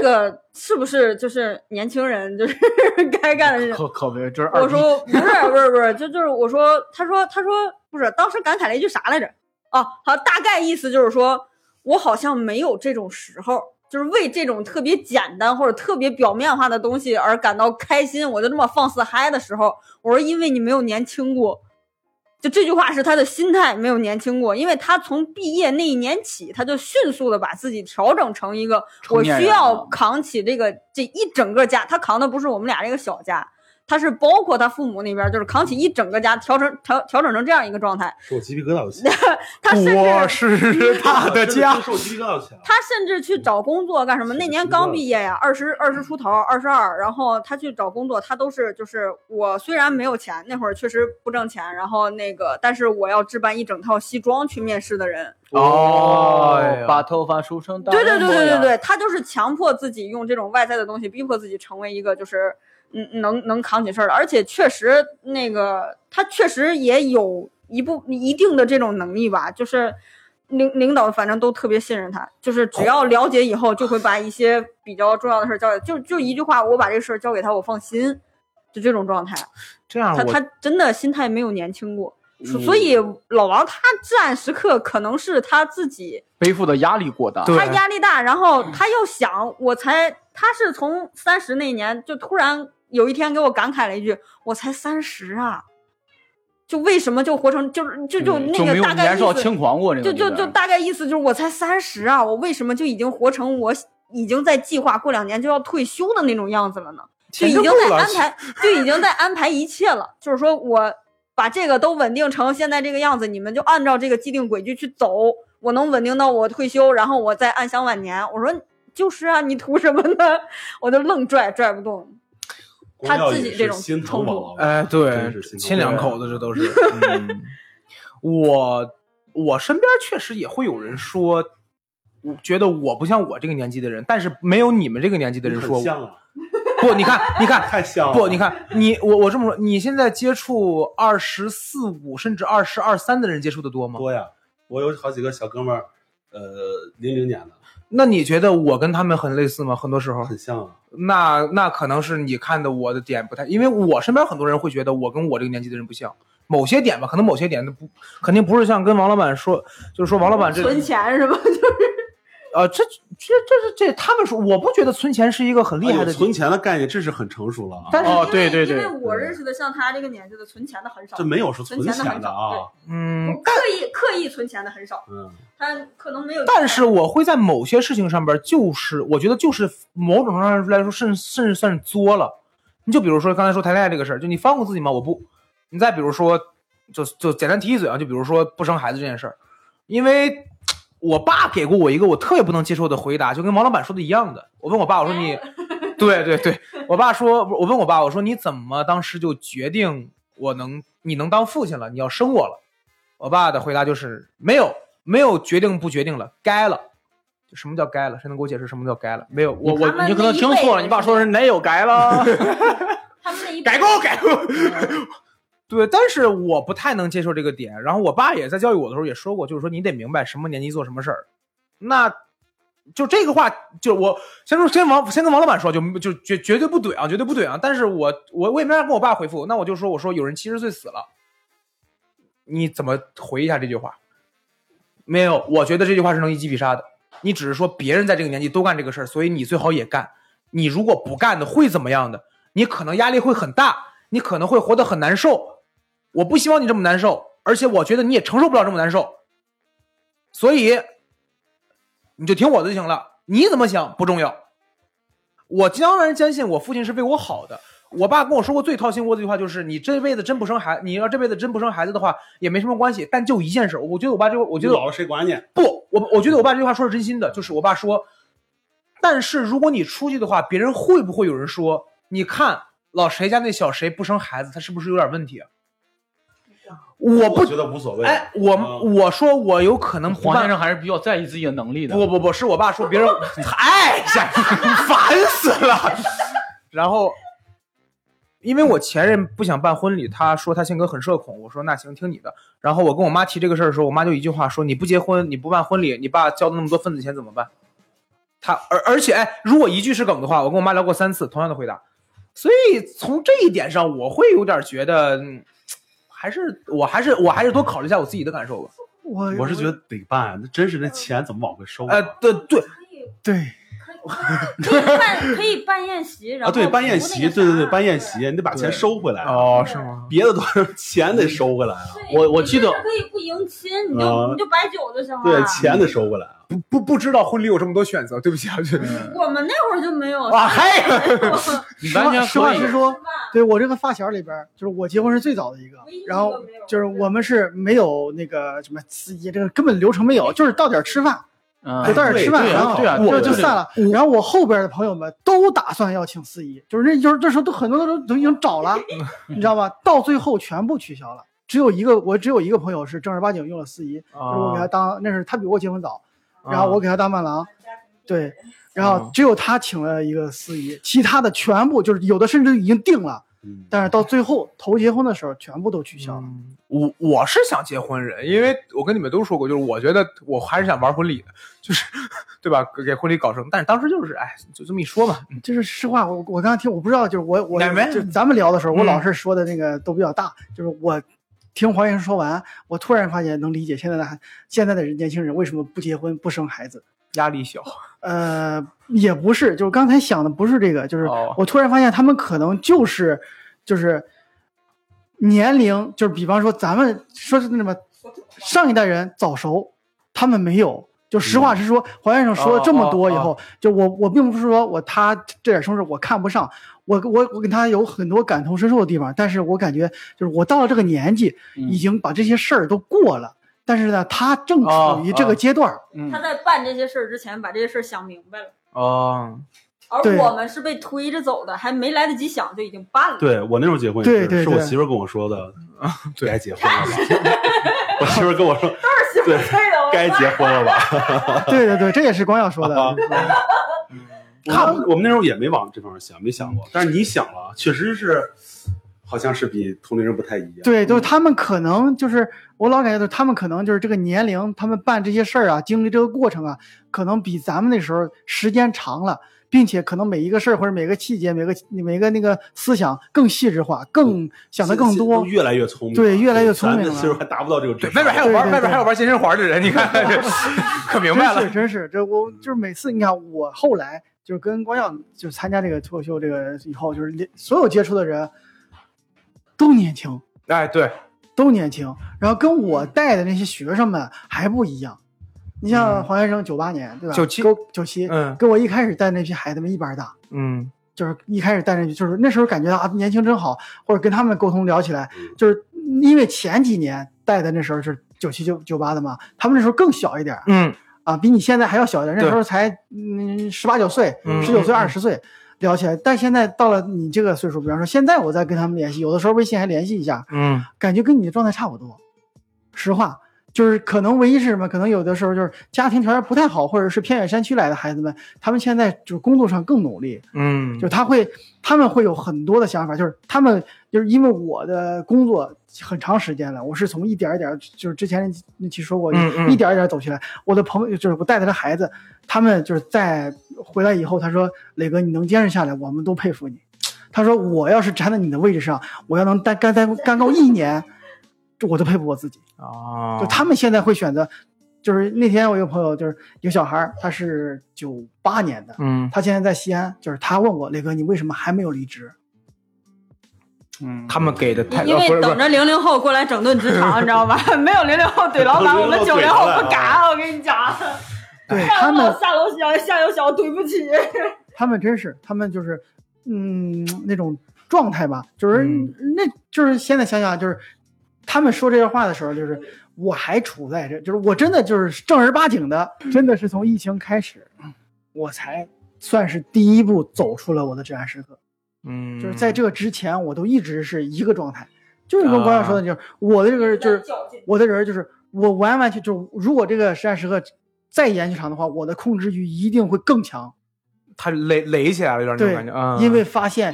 Speaker 2: 这个是不是就是年轻人就是 (laughs) 该干的事情？
Speaker 4: 可可别，这是二
Speaker 2: 我
Speaker 4: 逼
Speaker 2: 说不是不是不是，就就是我说，他说他说不是，当时感慨了一句啥来着？哦，好，大概意思就是说我好像没有这种时候，就是为这种特别简单或者特别表面化的东西而感到开心，我就这么放肆嗨的时候，我说因为你没有年轻过。就这句话是他的心态没有年轻过，因为他从毕业那一年起，他就迅速的把自己调整成一个
Speaker 4: 成
Speaker 2: 我
Speaker 4: 年
Speaker 2: 需
Speaker 4: 人
Speaker 2: 要
Speaker 4: 了
Speaker 2: 扛起这个这一整个家，他扛的不是我们俩这个小家，他是包括他父母那边，就是扛起一整个家，调整调调整成这样一个状态。
Speaker 5: 是我鸡皮疙瘩都起。
Speaker 2: 他甚
Speaker 1: 我
Speaker 2: 至
Speaker 1: 是他的家，
Speaker 5: 是我鸡皮疙瘩都起来了。
Speaker 2: 他甚至去找工作干什么？那年刚毕业呀，二十二十出头，二十二，然后他去找工作，他都是就是我虽然没有钱，那会儿确实不挣钱，然后那个，但是我要置办一整套西装去面试的人。
Speaker 1: 哦哎呦
Speaker 4: 把头发梳成大
Speaker 2: 对对对对对
Speaker 4: 人模样，
Speaker 2: 对，他就是强迫自己用这种外在的东西逼迫自己成为一个就是嗯能能扛起事儿的，而且确实那个他确实也有一部一定的这种能力吧，就是领领导反正都特别信任他，就是只要了解以后就会把一些比较重要的事儿交给，就就一句话，我把这事儿交给他，我放心。就这种状态，
Speaker 1: 这样
Speaker 2: 他
Speaker 1: 我
Speaker 2: 他真的心态没有年轻过，所所以老王他至暗时刻可能是他自己
Speaker 4: 背负的压力过大。
Speaker 1: 对
Speaker 2: 他压力大，然后他又想，我才他是从三十那年就突然有一天给我感慨了一句，我才三十啊，就为什么就活成就是就就
Speaker 4: 嗯
Speaker 2: 那
Speaker 4: 没
Speaker 2: 个
Speaker 4: 有
Speaker 2: 大概
Speaker 4: 年
Speaker 2: 意
Speaker 4: 少
Speaker 2: 思，
Speaker 4: 轻狂过那
Speaker 2: 就
Speaker 4: 种。
Speaker 2: 就就大概意思就是我才三十啊，我为什么就已经活成我已经在计划过两年就要退休的那种样子了呢？就
Speaker 1: 钱
Speaker 2: 已
Speaker 1: 就
Speaker 2: 经
Speaker 1: 够
Speaker 2: 在
Speaker 1: 了
Speaker 2: 安排，就已经在安排一切了。就是说我把这个都稳定成现在这个样子，你们就按照这个既定轨迹去走。我能稳定到我退休，然后我再安享晚年。我说就是啊，你图什么呢？我就愣拽拽不动。他自己这种
Speaker 5: 心疼
Speaker 2: 冲
Speaker 5: 我，
Speaker 1: 哎，对
Speaker 5: 真是，心疼
Speaker 1: 亲两口子这
Speaker 5: (laughs)
Speaker 1: 都是。嗯，我我身边确实也会有人说，我觉得我不像我这个年纪的人，但是没有你们这个年纪的人说
Speaker 5: 很像啊，
Speaker 1: 不。你看，你看，
Speaker 5: 太像了。
Speaker 1: 不，你看你我我这么说，你现在接触二十四五甚至二十二三的人接触的多吗？
Speaker 5: 多呀，我有好几个小哥们儿，呃，零零年的，
Speaker 1: 那你觉得我跟他们很类似吗？很多时候，
Speaker 5: 很像啊。
Speaker 1: 那那可能是你看的我的点不太，因为我身边很多人会觉得我跟我这个年纪的人不像，某些点吧，可能某些点不肯定不是像跟王老板说，就是说王老板这
Speaker 2: 存
Speaker 1: (laughs)
Speaker 2: 钱是吧？
Speaker 1: 呃这这这这这他们说，我不觉得存钱是一个很厉
Speaker 5: 哎
Speaker 1: 害
Speaker 5: 呦
Speaker 1: 的
Speaker 5: 存钱的概念，这是很成熟了啊。
Speaker 1: 但是
Speaker 4: 哦
Speaker 2: 因为
Speaker 4: 对对对
Speaker 2: 因为我认识的像他这个年纪的存钱的很少，
Speaker 5: 这没有是
Speaker 2: 存
Speaker 5: 存
Speaker 2: 钱的
Speaker 5: 钱
Speaker 2: 很
Speaker 5: 的
Speaker 2: 少
Speaker 5: 啊，
Speaker 1: 嗯，
Speaker 2: 刻意刻意存钱的很少，
Speaker 5: 嗯，
Speaker 2: 他可能没有。
Speaker 1: 但是我会在某些事情上边，就是我觉得就是某种程度上来说，甚甚至算是作了。你就比如说刚才说谈恋爱这个事儿，就你放过自己吗？我不。你再比如说，就就简单提一嘴啊，就比如说不生孩子这件事儿，因为我爸给过我一个我特别不能接受的回答，就跟王老板说的一样的。我问我爸，我说你，对对对，我爸说，我问我爸，我说你怎么当时就决定我能你能当父亲了，你要生我了？我爸的回答就是没有，没有决定不决定了，该了。什么叫该了？谁能给我解释什么叫该了？没有，我
Speaker 4: 我
Speaker 1: 我
Speaker 2: 他们
Speaker 4: 我你可能听错了，你爸说的是哪有改
Speaker 2: (laughs)
Speaker 4: 了？
Speaker 2: 他们那一
Speaker 1: 改过改过。对，但是我不太能接受这个点。然后我爸也在教育我的时候也说过，就是说你得明白什么年纪做什么事儿。那就这个话，就我先说，先王先跟王老板说，就就绝绝对不怼啊，绝对不怼啊。但是我我我也没法跟我爸回复，那我就说我说有人七十岁死了，你怎么回一下这句话？没有，我觉得这句话是能一击必杀的。你只是说别人在这个年纪都干这个事儿，所以你最好也干。你如果不干的会怎么样的？你可能压力会很大，你可能会活得很难受。我不希望你这么难受，而且我觉得你也承受不了这么难受，所以你就听我的就行了。你怎么想不重要。我当然坚信我父亲是为我好的。我爸跟我说过最掏心窝子一句话就是：你这辈子真不生孩，你要这辈子真不生孩子的话也没什么关系。但就一件事，我觉得我爸这个，我
Speaker 5: 我
Speaker 1: 觉得
Speaker 5: 老了谁管你？
Speaker 1: 不，我我觉得我爸这句话说是真心的，就是我爸说，但是如果你出去的话，别人会不会有人说，你看老谁家那小谁不生孩子，他是不是有点问题啊？我不，
Speaker 5: 觉得无所谓。
Speaker 1: 哎，我
Speaker 5: 嗯
Speaker 1: 我说我有可能不
Speaker 4: 黄先
Speaker 1: 办。
Speaker 4: 生还是比较在意自己的能力的。
Speaker 1: 不不不，是我爸说别人，哎呀，烦死了。然后，因为我前任不想办婚礼，他说他性格很社恐，我说那行，听你的。然后我跟我妈提这个事儿的时候，我妈就一句话说：“你不结婚，你不办婚礼，你爸交的那么多份子钱怎么办？”他而而且，哎，如果一句是梗的话，我跟我妈聊过三次同样的回答，所以从这一点上，我会有点觉得，嗯还是我还是我还是多考虑一下我自己的感受吧。
Speaker 3: 我
Speaker 5: 我是觉得得办，那真是那钱怎么往回收啊？
Speaker 1: 呃，对对，
Speaker 3: 对，
Speaker 2: 可以办可以办宴席，然
Speaker 5: 啊，
Speaker 2: 后
Speaker 5: 对，办宴
Speaker 2: 图那个
Speaker 5: 席，
Speaker 2: 啥
Speaker 5: 对对对，办宴席，。你得把
Speaker 1: 对
Speaker 5: 钱收回来。啊
Speaker 1: 哦
Speaker 2: 是
Speaker 1: 吗？
Speaker 5: 别的多少钱得收回来啊？
Speaker 2: 对
Speaker 4: 我我
Speaker 2: 你
Speaker 4: 记
Speaker 2: 就是
Speaker 4: 得
Speaker 2: 可以不迎亲，你就
Speaker 5: 啊
Speaker 2: 你就摆酒就行了。
Speaker 5: 对，钱得收回来啊。
Speaker 1: 不不知道婚礼有这么多选择，对不起啊， (laughs) 就
Speaker 3: 嗯
Speaker 2: 我们那会儿就没有。
Speaker 5: 啊
Speaker 1: 哇嗨，
Speaker 4: 你
Speaker 3: 实
Speaker 4: 完
Speaker 3: 话
Speaker 4: 全
Speaker 3: 实话
Speaker 4: 可以
Speaker 3: 实。说，对我这个发小里边儿，就是我结婚是最早的一个
Speaker 2: 唯一一，个
Speaker 3: 然后
Speaker 2: 没有
Speaker 3: 就是我们是没有那个什么司仪，这个根本流程没有，就是到点儿吃饭，
Speaker 4: 嗯，
Speaker 3: 就到点儿吃饭，
Speaker 4: 对
Speaker 3: 然后
Speaker 4: 对啊，
Speaker 3: 就
Speaker 4: 对
Speaker 3: 就
Speaker 4: 对
Speaker 3: 散了。然后我后边的朋友们都打算要请司仪，就是那就是这时候都很多都都已经
Speaker 4: (laughs)
Speaker 3: 找了，你知道吧？到最后全部取消了，只有一个我只有一个朋友是正儿八经用了司仪，就是我给他
Speaker 4: 哦
Speaker 3: 当那是他比我结婚早，然后我给他当伴郎，对，然后
Speaker 4: 哦
Speaker 3: 只有他请了一个司仪，其他的全部就是有的甚至已经定了，
Speaker 5: 嗯，
Speaker 3: 但是到最后头结婚的时候全部都取消了。
Speaker 1: 我我是想结婚人，因为我跟你们都说过，就是我觉得我还是想玩婚礼的，就是对吧？给给婚礼搞成，但是当时就是哎，就这么一说嘛，
Speaker 3: 就是实话，我我刚刚听，我不知道，就是我我
Speaker 1: 哪位
Speaker 3: 就咱们聊的时候，
Speaker 1: 嗯
Speaker 3: 我老是说的那个都比较大，就是我听黄医生说完，我突然发现能理解现在的孩现在的人年轻人为什么不结婚不生孩子。
Speaker 1: 压力小，
Speaker 3: 呃，也不是，就是刚才想的不是这个，就是
Speaker 1: 哦
Speaker 3: 我突然发现他们可能就是就是年龄，就是比方说咱们说是那什么上一代人早熟，他们没有。就实话实说，黄先生说了这
Speaker 1: 哦
Speaker 3: 么多以后，就我我并不是说我他这点什么事我看不上，我我我跟他有很多感同身受的地方，但是我感觉就是我到了这个年纪，
Speaker 4: 嗯
Speaker 3: 已经把这些事儿都过了，但是呢，他正
Speaker 1: 哦
Speaker 3: 处于这
Speaker 1: 哦
Speaker 3: 个阶段儿，
Speaker 2: 他
Speaker 4: 嗯
Speaker 2: 在办这些事儿之前，把这些事儿想明白了，
Speaker 1: 哦，
Speaker 2: 而
Speaker 3: 对
Speaker 2: 我们是被推着走的，还没来得及想就已经办了。 (laughs)
Speaker 5: 对我那时候结婚也
Speaker 3: 对
Speaker 5: 是，
Speaker 3: 对
Speaker 5: 是我
Speaker 3: 对
Speaker 5: 媳妇儿跟我说的，
Speaker 1: 对
Speaker 5: 该结婚了吧？ (laughs) 我媳妇儿跟我说，对，
Speaker 2: 对的，我
Speaker 5: 该结婚了吧？
Speaker 3: 对对对，这也是光耀
Speaker 1: (laughs)
Speaker 3: 说的。
Speaker 5: 看我们那时候也没往这方面想，没想过，但是你想了，确实是。好像是比同龄人不太一样。
Speaker 1: 嗯
Speaker 3: 对，就是他们可能就是我老感觉到他们可能就是这个年龄，他们办这些事儿啊，经历这个过程啊，可能比咱们那时候时间长了，并且可能每一个事儿或者每个细节、每个每个那个思想更细致化，
Speaker 1: 嗯
Speaker 3: 更想的更
Speaker 5: 现在都
Speaker 3: 多。
Speaker 5: 越来越聪明了，
Speaker 3: 对越来越聪明了
Speaker 5: 咱们岁数还达不到这个智
Speaker 1: 对，
Speaker 5: 商。
Speaker 1: 外边还有
Speaker 3: 对
Speaker 1: 玩，
Speaker 3: 对
Speaker 1: 外边
Speaker 3: 对
Speaker 1: 还有玩健身环的人，你
Speaker 3: (laughs)
Speaker 1: 看，可明白了
Speaker 3: 真
Speaker 1: 嗯
Speaker 3: 是。真是这我就是每次你看我后来就是跟光耀就参加这个脱口秀这个以后，就是连所有接触的人都年轻，
Speaker 1: (laughs) 哎，对，
Speaker 3: 都年轻，然后跟
Speaker 1: 嗯
Speaker 3: 我带的那些学生们还不一样。你像
Speaker 1: 嗯
Speaker 3: 黄先生九八年对吧？
Speaker 1: 97
Speaker 3: 跟我九七，
Speaker 1: 嗯
Speaker 3: 跟我一开始带那批孩子们一般大，
Speaker 1: 嗯，
Speaker 3: 就是一开始带那批，就是那时候感觉啊年轻真好，或者跟他们沟通聊起来
Speaker 5: 嗯，
Speaker 3: 就是因为前几年带的那时候是九七九九八的嘛，他们那时候更小一点儿
Speaker 1: 嗯，
Speaker 3: 啊，比你现在还要小一点儿，那
Speaker 1: 对
Speaker 3: 时候才嗯十八九岁
Speaker 1: 嗯，
Speaker 3: 十九
Speaker 1: 嗯
Speaker 3: 岁
Speaker 1: 嗯
Speaker 3: 二十岁。聊起来，但现在到了你这个岁数，比方说现在我再跟他们联系，有的时候微信还联系一下，
Speaker 1: 嗯，
Speaker 3: 感觉跟你的状态差不多。实话，就是可能唯一是什么？可能有的时候就是家庭条件不太好，或者是偏远山区来的孩子们，他们现在就是工作上更努力，
Speaker 1: 嗯，
Speaker 3: 就他会他们会有很多的想法，就是他们就是因为我的工作很长时间了，我是从一点儿一点儿，就是之前那期说过，
Speaker 1: 嗯嗯
Speaker 3: 一点儿一点儿走起来。我的朋友就是我带的这孩子，他们就是在回来以后，他说：“磊哥，你能坚持下来，我们都佩服你。”他说：“我要是站在你的位置上，我要能干干干干够一年，这我都佩服我自己。”
Speaker 1: 啊，
Speaker 3: 就他们现在会选择，就是那天我有朋友就是一个小孩儿，他是九八年的，
Speaker 1: 嗯，
Speaker 3: 他现在在西安，就是他问我磊哥，你为什么还没有离职？
Speaker 4: 嗯，
Speaker 1: 他们给的太，
Speaker 2: 因
Speaker 1: 呃不
Speaker 2: 为
Speaker 1: 是不
Speaker 2: 等
Speaker 1: 是，
Speaker 2: 着零零后过来整顿职场，你知道吧？没有零零后怼老板，我们九零后不敢。我跟你讲，
Speaker 3: 对
Speaker 2: 上
Speaker 3: 他
Speaker 2: 有 (laughs) 老
Speaker 3: 们，
Speaker 2: 下有小，下有小，对不起。
Speaker 3: 他们真是，他们就是，嗯，那种状态吧，就是、
Speaker 1: 嗯
Speaker 3: 那就是现在想想，就是他们说这些话的时候，就是我还处在这，就是我真的就是正儿八经的，真的是从疫情开始，我才算是第一步走出了我的至暗时刻。
Speaker 1: 嗯，
Speaker 3: 就是在这个之前，我都一直是一个状态，就是
Speaker 1: 啊
Speaker 3: 跟光耀说的，就是我的这个就是我的人就是我完完全就是，如果这个实验时刻再延续长的话，我的控制欲一定会更强，
Speaker 1: 他垒垒起来了，有点那
Speaker 3: 对
Speaker 1: 种感觉，嗯，
Speaker 3: 因为发现，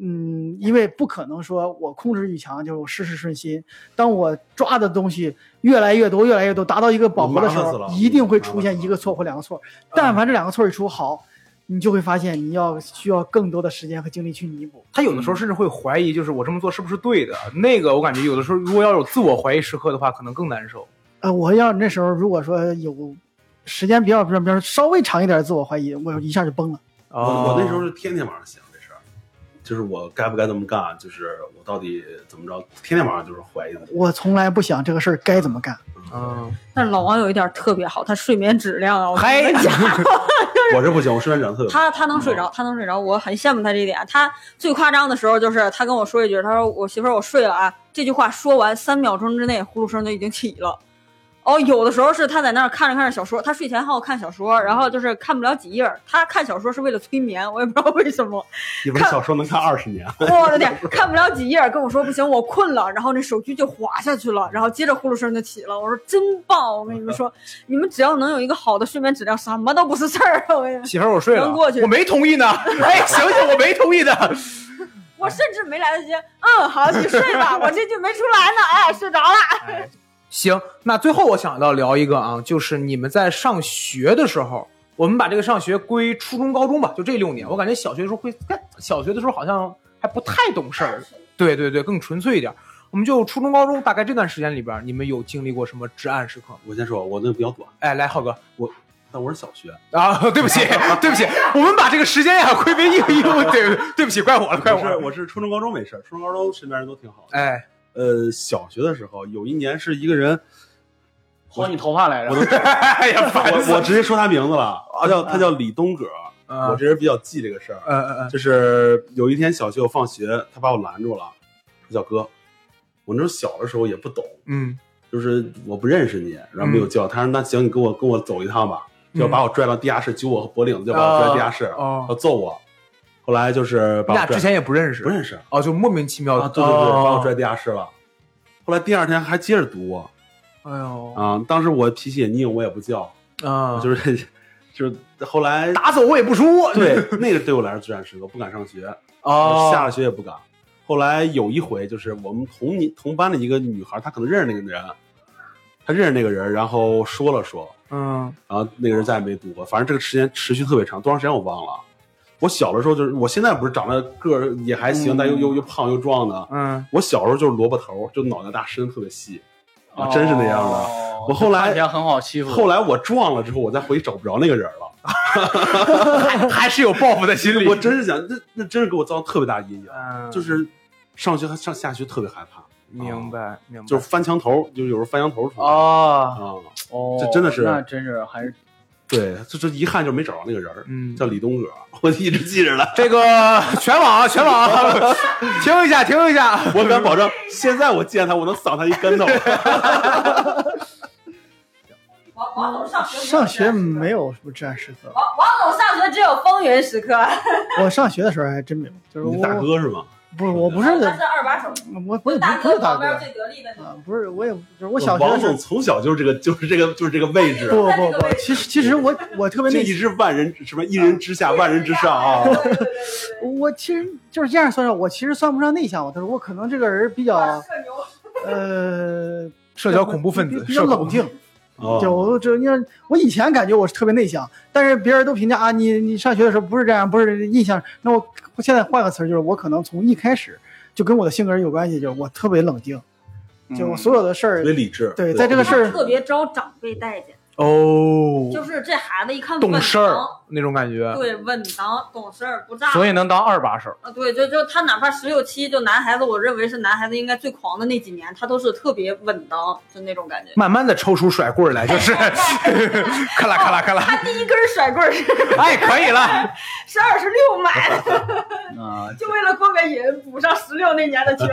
Speaker 3: 嗯，因为不可能说我控制欲强就事事顺心，当我抓的东西越来越多、越来越多，达到一个饱和的时
Speaker 5: 麻烦死了嗯
Speaker 3: 候，一定会出现一个错或两个错，但凡这两个错一出，好，你就会发现你要需要更多的时间和精力去弥补。
Speaker 1: 他有的时候甚至会怀疑，就是我这么做是不是对的？那个我感觉有的时候，如果要有自我怀疑时刻的话，可能更难受。
Speaker 3: 呃，我要那时候如果说有时间比较比较比较稍微长一点的自我怀疑，我一下就崩了。
Speaker 1: 我
Speaker 5: 我我那时
Speaker 3: 哦
Speaker 1: 哦
Speaker 5: 候是天天晚上想这事儿，就是我该不该这么干，就是我到底怎么着，天天晚上就是怀疑自己。
Speaker 3: 我从来不想这个事儿该怎么干。
Speaker 1: 嗯，
Speaker 2: 但是老王有一点特别好，他睡眠质量啊，我跟
Speaker 1: 嗨
Speaker 2: 你们，讲，
Speaker 5: 我这不行，我睡眠质量特别不好。
Speaker 2: 他他能睡着，他能睡着，我很羡慕他这一点。他最夸张的时候就是他跟我说一句，他说我媳妇儿我睡了啊，这句话说完三秒钟之内呼噜声就已经起了。哦，有的时候是他在那儿看着看着小说，他睡前好看小说，然后就是看不了几页儿。他看小说是为了催眠，我也不知道为什么。
Speaker 5: 一本小说能看二十年，
Speaker 2: 我的天，看不了几页，跟我说不行，我困了，然后那手机就滑下去了，然后接着呼噜声就起了。我说真棒，我跟你们
Speaker 3: (laughs)
Speaker 2: 说，你们只要能有一个好的睡眠质量，什么都不是事儿。我跟你们，
Speaker 1: 媳妇儿，我睡了，
Speaker 2: 能过去
Speaker 1: 我没同意呢。 (laughs) 哎，醒醒，我没同意的。
Speaker 2: 我甚至没来得及，嗯，好，你睡吧，我这句没出来呢，哎，睡着了。
Speaker 1: 行，那最后我想到聊一个啊，就是你们在上学的时候，我们把这个上学归初中、高中吧，就这六年。我感觉小学的时候会，小学的时候好像还不太懂事儿，对对对，更纯粹一点。我们就初中、高中大概这段时间里边，你们有经历过什么至暗时刻吗？
Speaker 5: 我先说，我那个比较短，
Speaker 1: 哎，来，浩哥
Speaker 5: 但我是小学，
Speaker 1: 啊，对不起，对不起，我们把这个时间呀归为一个一个，对对不起，怪我了，怪
Speaker 5: 我
Speaker 1: 我
Speaker 5: 是
Speaker 1: 了。
Speaker 5: 我是初中、高中没事儿，初中、高中身边人都挺好。
Speaker 1: 哎，
Speaker 5: 呃，小学的时候有一年是一个人，
Speaker 4: 薅你头发来着，
Speaker 1: (laughs) 哎呀，烦死
Speaker 5: 我我直接说他名字了，他叫他叫李东葛，
Speaker 1: 啊
Speaker 5: 我这人比较记这个事儿。
Speaker 1: 呃呃呃，
Speaker 5: 就是有一天小学我放学，他把我拦住了，说小哥，我那时候小的时候也不懂，
Speaker 1: 嗯，
Speaker 5: 就是我不认识你，然后没有叫，他说那行你跟我跟我走一趟吧，就把我拽到地下室，揪我脖领子，就把我拽到地下室，要
Speaker 1: 嗯哦，
Speaker 5: 揍我。后来就是
Speaker 1: 你
Speaker 5: 把
Speaker 1: 俩
Speaker 5: 我
Speaker 1: 之
Speaker 5: 拽
Speaker 1: 前也不认识，
Speaker 5: 不认识
Speaker 1: 哦，就莫名其妙
Speaker 5: 啊，对对对，把我拽。地下室了。后来第二天还接着堵我
Speaker 1: 哎呦，
Speaker 5: 啊，当时我脾气也拧，我也不叫，
Speaker 1: 啊，
Speaker 5: 就是就是后来
Speaker 1: 打走我也不说。
Speaker 5: 对那个对我来说至暗时刻，不敢上学，
Speaker 1: 哦，
Speaker 5: 下了学也不敢。后来有一回，就是我们同年同班的一个女孩，她可能认识那个人，她认识那个人，然后说了说，
Speaker 1: 嗯，
Speaker 5: 然后那个人再也没读过。反正这个时间持续特别长，多长时间我忘了。我小的时候就是，我现在不是长得个儿也还行，
Speaker 4: 嗯
Speaker 5: 但又又又胖又壮的。
Speaker 1: 嗯，
Speaker 5: 我小时候就是萝卜头，就脑袋大，身子特别细，啊，真是那样的。
Speaker 4: 哦
Speaker 5: 我后来
Speaker 4: 看起来很好欺负。
Speaker 5: 后来我壮了之后，我再回去找不着那个人了。
Speaker 1: 还是有报复在心里。
Speaker 5: 我真是想，那那真是给我造成特别大阴影，
Speaker 1: 嗯，
Speaker 5: 就是上学上下学特别害怕，哦
Speaker 1: 明白明白，
Speaker 5: 就是翻墙头，就有时候翻墙头出来
Speaker 4: 啊
Speaker 5: 啊，
Speaker 4: 哦，
Speaker 5: 这真的是
Speaker 4: 那真是还是
Speaker 5: 对，就就一看就没找着那个人儿，
Speaker 1: 嗯
Speaker 5: 叫李东哥，我一直记着
Speaker 3: (laughs)
Speaker 5: 了。
Speaker 1: 这个全网全网，停一下停一下，
Speaker 5: 我敢保证，现在我见他，我能扫他一跟
Speaker 3: (laughs)
Speaker 5: 头。
Speaker 2: 王王总上学
Speaker 3: 上学没。有什么至暗时刻，
Speaker 2: 王王总上学只有风云时刻。
Speaker 3: 我上学的时候还真没有，就是
Speaker 5: 你
Speaker 3: 我
Speaker 5: 大哥是吗？
Speaker 3: 不是我不是
Speaker 2: 他是二把手，
Speaker 3: 我不是
Speaker 2: 大
Speaker 3: 不是
Speaker 2: 哥
Speaker 3: 大
Speaker 2: 旁
Speaker 3: 哥
Speaker 2: 边最得力的女
Speaker 3: 啊
Speaker 2: 生。，
Speaker 3: 不是我也就是我小学
Speaker 5: 王
Speaker 3: 的时候
Speaker 5: 总从小就是这个，就是这个，就是这个位置，
Speaker 3: 不不不，其实其实我我特别
Speaker 5: 这
Speaker 3: 内
Speaker 5: 一直万人什么一人之下万人之上
Speaker 3: (laughs)
Speaker 5: 啊。
Speaker 2: 对对对对对
Speaker 3: 我其实就是这样算上，我其实算不上内向，我但是我可能这个人比较
Speaker 2: 社牛
Speaker 3: 呃
Speaker 1: 社交恐怖分
Speaker 3: 比
Speaker 1: 子，
Speaker 3: 比较
Speaker 1: 社
Speaker 3: 冷
Speaker 1: 恐
Speaker 3: 静。
Speaker 5: 哦
Speaker 3: 就我这，你看我以前感觉我是特别内向，但是别人都评价啊，你你上学的时候不是这样，不是印象。那我我现在换个词儿，就是我可能从一开始就跟我的性格有关系，就是我特别冷静，
Speaker 4: 嗯
Speaker 3: 就我所有的事儿
Speaker 5: 特别理智。
Speaker 3: 对在这个事儿
Speaker 2: 特别招长辈待见，
Speaker 1: 哦，
Speaker 2: 就是这孩子一看
Speaker 1: 懂事儿
Speaker 2: 稳当
Speaker 1: 那种感觉，
Speaker 2: 对，稳当懂事儿不炸。
Speaker 1: 所以能当二把手。
Speaker 2: 啊，对，就就他哪怕十六七，就男孩子，我认为是男孩子应该最狂的那几年，他都是特别稳当，就那种感觉。
Speaker 1: 慢慢的抽出甩棍儿来，就是
Speaker 2: (laughs)
Speaker 1: 咔啦咔啦咔啦，
Speaker 2: 他第一根甩棍儿是
Speaker 1: 哎，可以了，
Speaker 2: 是二十六买的，
Speaker 1: (laughs)
Speaker 4: 啊，
Speaker 2: 就为了过个瘾，补上十六那年的
Speaker 1: (laughs)
Speaker 2: 缺。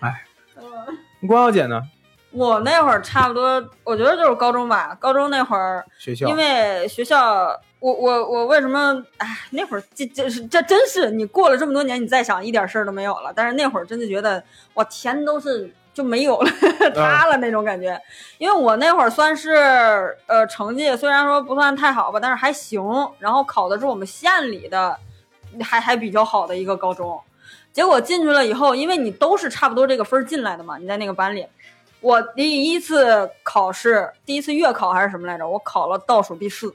Speaker 1: 哎
Speaker 2: 嗯，
Speaker 1: 光小姐呢？
Speaker 2: (laughs) 我那会儿差不多，我觉得就是高中吧。高中那会儿，
Speaker 1: 学校
Speaker 2: 因为学校，我我我为什么哎，那会儿这这是这真是你过了这么多年，你再想一点事儿都没有了。但是那会儿真的觉得，我钱都是就没有了， (laughs) 塌了那种感觉。因为我那会儿算是呃成绩虽然说不算太好吧，但是还行。然后考的是我们县里的，还还比较好的一个高中。结果进去了以后，因为你都是差不多这个分儿进来的嘛，你在那个班里。我第一次考试，第一次月考还是什么来着？我考了倒数第四。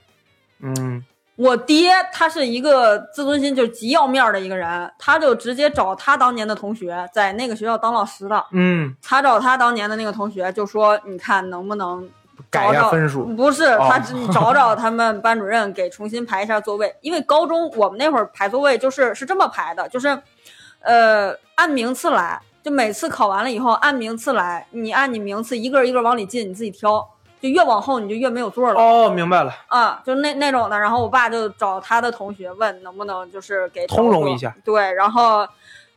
Speaker 1: 嗯，
Speaker 2: 我爹他是一个自尊心就是极要面儿的一个人，他就直接找他当年的同学，在那个学校当老师的，
Speaker 1: 嗯，
Speaker 2: 他找他当年的那个同学就说：“你看能不能
Speaker 1: 改一下分数，
Speaker 2: 不是，
Speaker 1: 哦 (laughs)
Speaker 2: 他只找找他们班主任给重新排一下座位，因为高中我们那会儿排座位就是是这么排的，就是，呃，按名次来，就每次考完了以后按名次来，你按你名次一个一个往里进，你自己挑，就越往后你就越没有座了、
Speaker 1: 哦，明白了，
Speaker 2: 啊，就那那种的。然后我爸就找他的同学问能不能就是给
Speaker 1: 通融
Speaker 2: 找座
Speaker 1: 一下，
Speaker 2: 对，然后。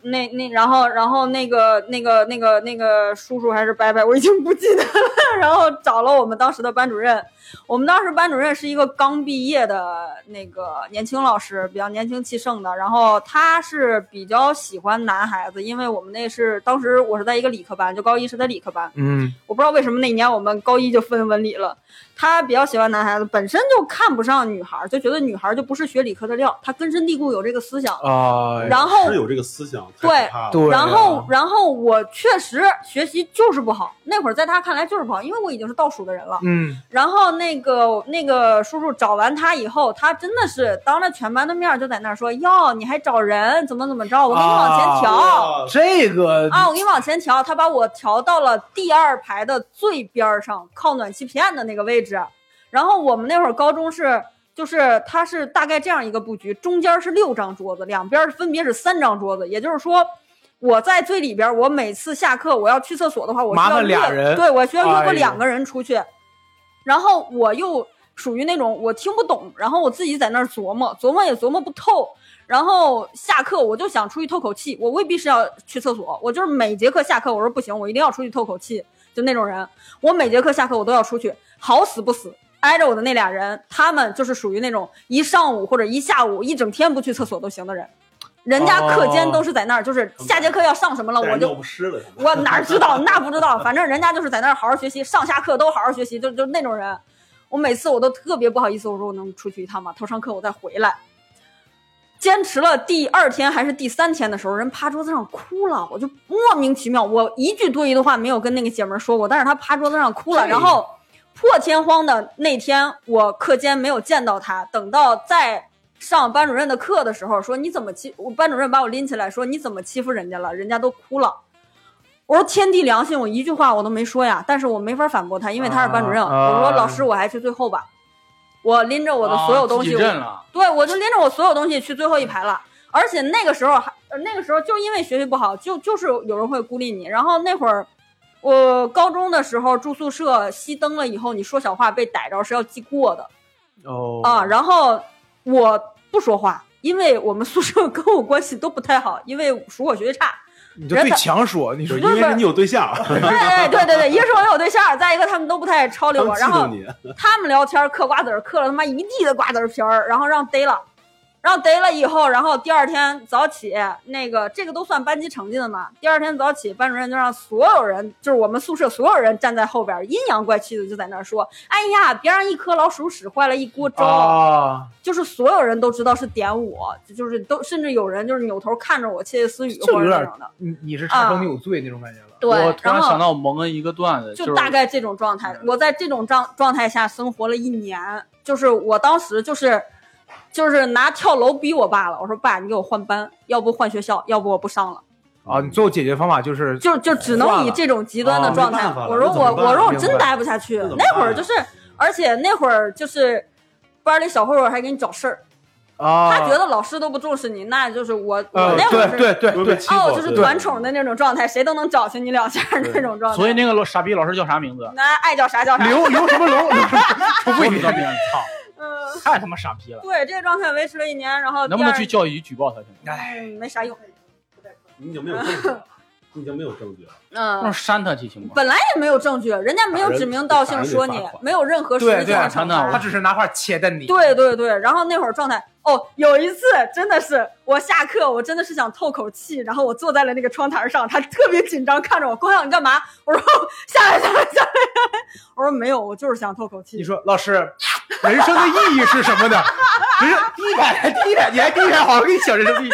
Speaker 2: 那那然后然后那个那个那个那个叔叔还是伯伯，我已经不记得了。 (laughs) 然后找了我们当时的班主任，我们当时班主任是一个刚毕业的那个年轻老师，比较年轻气盛的。然后他是比较喜欢男孩子，因为我们那是当时我是在一个理科班，就高一是在理科班。
Speaker 1: 嗯，
Speaker 2: 我不知道为什么那一年我们高一就分文理了。他比较喜欢男孩子，本身就看不上女孩儿，就觉得女孩儿就不是学理科的料。他根深蒂固有这个思想。
Speaker 1: 啊，
Speaker 2: 然后
Speaker 5: 哎是有这个思想，太
Speaker 2: 对
Speaker 5: 可怕了
Speaker 1: 对，啊
Speaker 2: 然后，然后我确实学习就是不好，那会儿在他看来就是不好，因为我已经是倒数的人了。
Speaker 1: 嗯，
Speaker 2: 然后那个那个叔叔找完他以后，他真的是当着全班的面儿就在那儿说：“哟，你还找人？怎么怎么着？我给你往前调啊
Speaker 5: 哇
Speaker 1: 这个
Speaker 2: 我给你往前调。”他把我调到了第二排的最边儿上，靠暖气片的那个位置。然后我们那会儿高中是。就是它是大概这样一个布局，中间是六张桌子，两边分别是三张桌子。也就是说，我在最里边，我每次下课我要去厕所的话，我需
Speaker 1: 麻
Speaker 2: 要
Speaker 1: 烦俩
Speaker 2: 约
Speaker 1: 人
Speaker 2: 对我需要约
Speaker 1: 哎呦
Speaker 2: 过两个人出去。然后我又属于那种我听不懂，然后我自己在那儿琢磨，琢磨也琢磨不透。然后下课我就想出去透口气，我未必是要去厕所，我就是每节课下课我说不行，我一定要出去透口气，就那种人。我每节课下课我都要出去，好死不死。挨着我的那俩人，他们就是属于那种一上午或者一下午、一整天不去厕所都行的人，人家课间都是在那儿，就是下节课要上什么了，
Speaker 5: 带
Speaker 2: 我
Speaker 5: 人
Speaker 2: 就
Speaker 5: 尿不湿了，
Speaker 2: 我哪知道？那不知道，反正人家就是在那儿好好学习，上下课都好好学习，就就那种人。我每次我都特别不好意思，我说我能出去一趟吗？头上课我再回来。坚持了第二天还是第三天的时候，人趴桌子上哭了，我就莫名其妙，我一句多余的话没有跟那个姐们儿说过，但是她趴桌子上哭了，
Speaker 5: 对
Speaker 2: 然后破天荒的那天我课间没有见到她，等到再上班主任的课的时候，说你怎么欺，我班主任把我拎起来说你怎么欺负人家了，人家都哭了。我说天地良心，我一句话我都没说呀，但是我没法反驳他，因为他是班主任。
Speaker 4: 啊
Speaker 2: 我说老师，我还是最后吧。我拎着我的所有东
Speaker 4: 啊
Speaker 2: 西，
Speaker 4: 自己认了。
Speaker 2: 对，我就拎着我所有东西去最后一排了。而且那个时候还，呃那个时候就因为学习不好，就就是有人会孤立你。然后那会儿，我高中的时候住宿舍，熄灯了以后，你说小话被逮着是要记过的
Speaker 1: 哦
Speaker 2: 啊。然后我不说话，因为我们宿舍跟我关系都不太好，因为数我学习差。
Speaker 1: 你就对墙说，你
Speaker 5: 就
Speaker 1: 说
Speaker 5: 是因为是你有对象，
Speaker 2: 哎对对对对，一个是我有对象，再一个他们都不
Speaker 5: (laughs)
Speaker 2: 太超理
Speaker 5: 他
Speaker 2: 我
Speaker 5: 们，记
Speaker 2: 然后
Speaker 5: 住你，
Speaker 2: 他们聊天嗑瓜子儿，嗑了他妈一地的瓜子儿皮儿，然后让逮了，然后逮了以后，然后第二天早起，那个这个都算班级成绩的嘛。第二天早起，班主任就让所有人，就是我们宿舍所有人站在后边，阴阳怪气的就在那儿说：“哎呀，别让一颗老鼠屎坏了一锅粥。
Speaker 1: 啊，
Speaker 2: 就是所有人都知道是点我，就是都甚至有人就是扭头看着我窃窃私语
Speaker 1: 就
Speaker 2: 或
Speaker 1: 有
Speaker 2: 者那
Speaker 1: 点
Speaker 2: 种的。
Speaker 1: 你你是查证你有罪那种感觉了。
Speaker 2: 啊对，
Speaker 4: 我突然
Speaker 2: 然后
Speaker 4: 想到蒙恩一个段子，
Speaker 2: 就是大概这种状态。我在这种状状态下生活了一年，就是我当时就是就是拿跳楼逼我爸了，我说爸，你给我换班，要不换学校，要不我不上了，
Speaker 1: 啊，你最后解决方法就是
Speaker 2: 就就只能以这种极端的状态。
Speaker 5: 换了啊
Speaker 2: 我说
Speaker 5: 没办法
Speaker 2: 我
Speaker 5: 了
Speaker 2: 我说我
Speaker 1: 那怎
Speaker 2: 真
Speaker 1: 么办
Speaker 2: 待不下去
Speaker 5: 那怎，么办
Speaker 2: 那会儿就是，而且那会儿就是。班里小混混还给你找事儿，
Speaker 1: 啊，
Speaker 2: 他觉得老师都不重视你，那就是我、我
Speaker 1: 呃，
Speaker 2: 那会儿是
Speaker 1: 对对对对，
Speaker 5: 欺负
Speaker 2: 哦，
Speaker 5: 我
Speaker 2: 就是
Speaker 5: 对
Speaker 2: 团宠的那种状态，谁都能找去你两下儿那种状态。
Speaker 4: 所以那个老傻逼老师叫啥名字？
Speaker 2: 那爱叫啥叫啥。
Speaker 1: 刘刘
Speaker 3: (laughs)
Speaker 1: 什么龙，刘什么
Speaker 4: 不会名字， (laughs) 操，
Speaker 2: 嗯，
Speaker 4: 太他妈傻逼了！
Speaker 2: 对，这个状态维持了一年，然呃后第
Speaker 4: 能不能
Speaker 2: 二
Speaker 4: 去教育局举报他去？
Speaker 2: 嗯，没啥用，
Speaker 5: 你已经没有证据了，你已经没有证据了，
Speaker 4: 让
Speaker 2: 嗯，
Speaker 4: 扇他去行吗？
Speaker 2: 本来也没有证据，人家没有指名道姓说
Speaker 5: 打
Speaker 2: 你
Speaker 5: 人得罚，款
Speaker 2: 没有任何实
Speaker 1: 对
Speaker 2: 质性的惩
Speaker 4: 对
Speaker 1: 他
Speaker 2: 罚。
Speaker 1: 只是拿话切的你。
Speaker 2: 对对对，然后那会儿状态，哦，有一次真的是我下课，我真的是想透口气，然后我坐在了那个窗台上，他特别紧张看着我，光想你干嘛？我说哦下来下来下来， (laughs) 我说没有，我就是想透口
Speaker 1: 你
Speaker 2: 气。
Speaker 1: 说老师，人生的意义是什
Speaker 2: (laughs)
Speaker 1: 么呢？人生第一排，第一排，你还第一排，好好跟你讲人生的意义。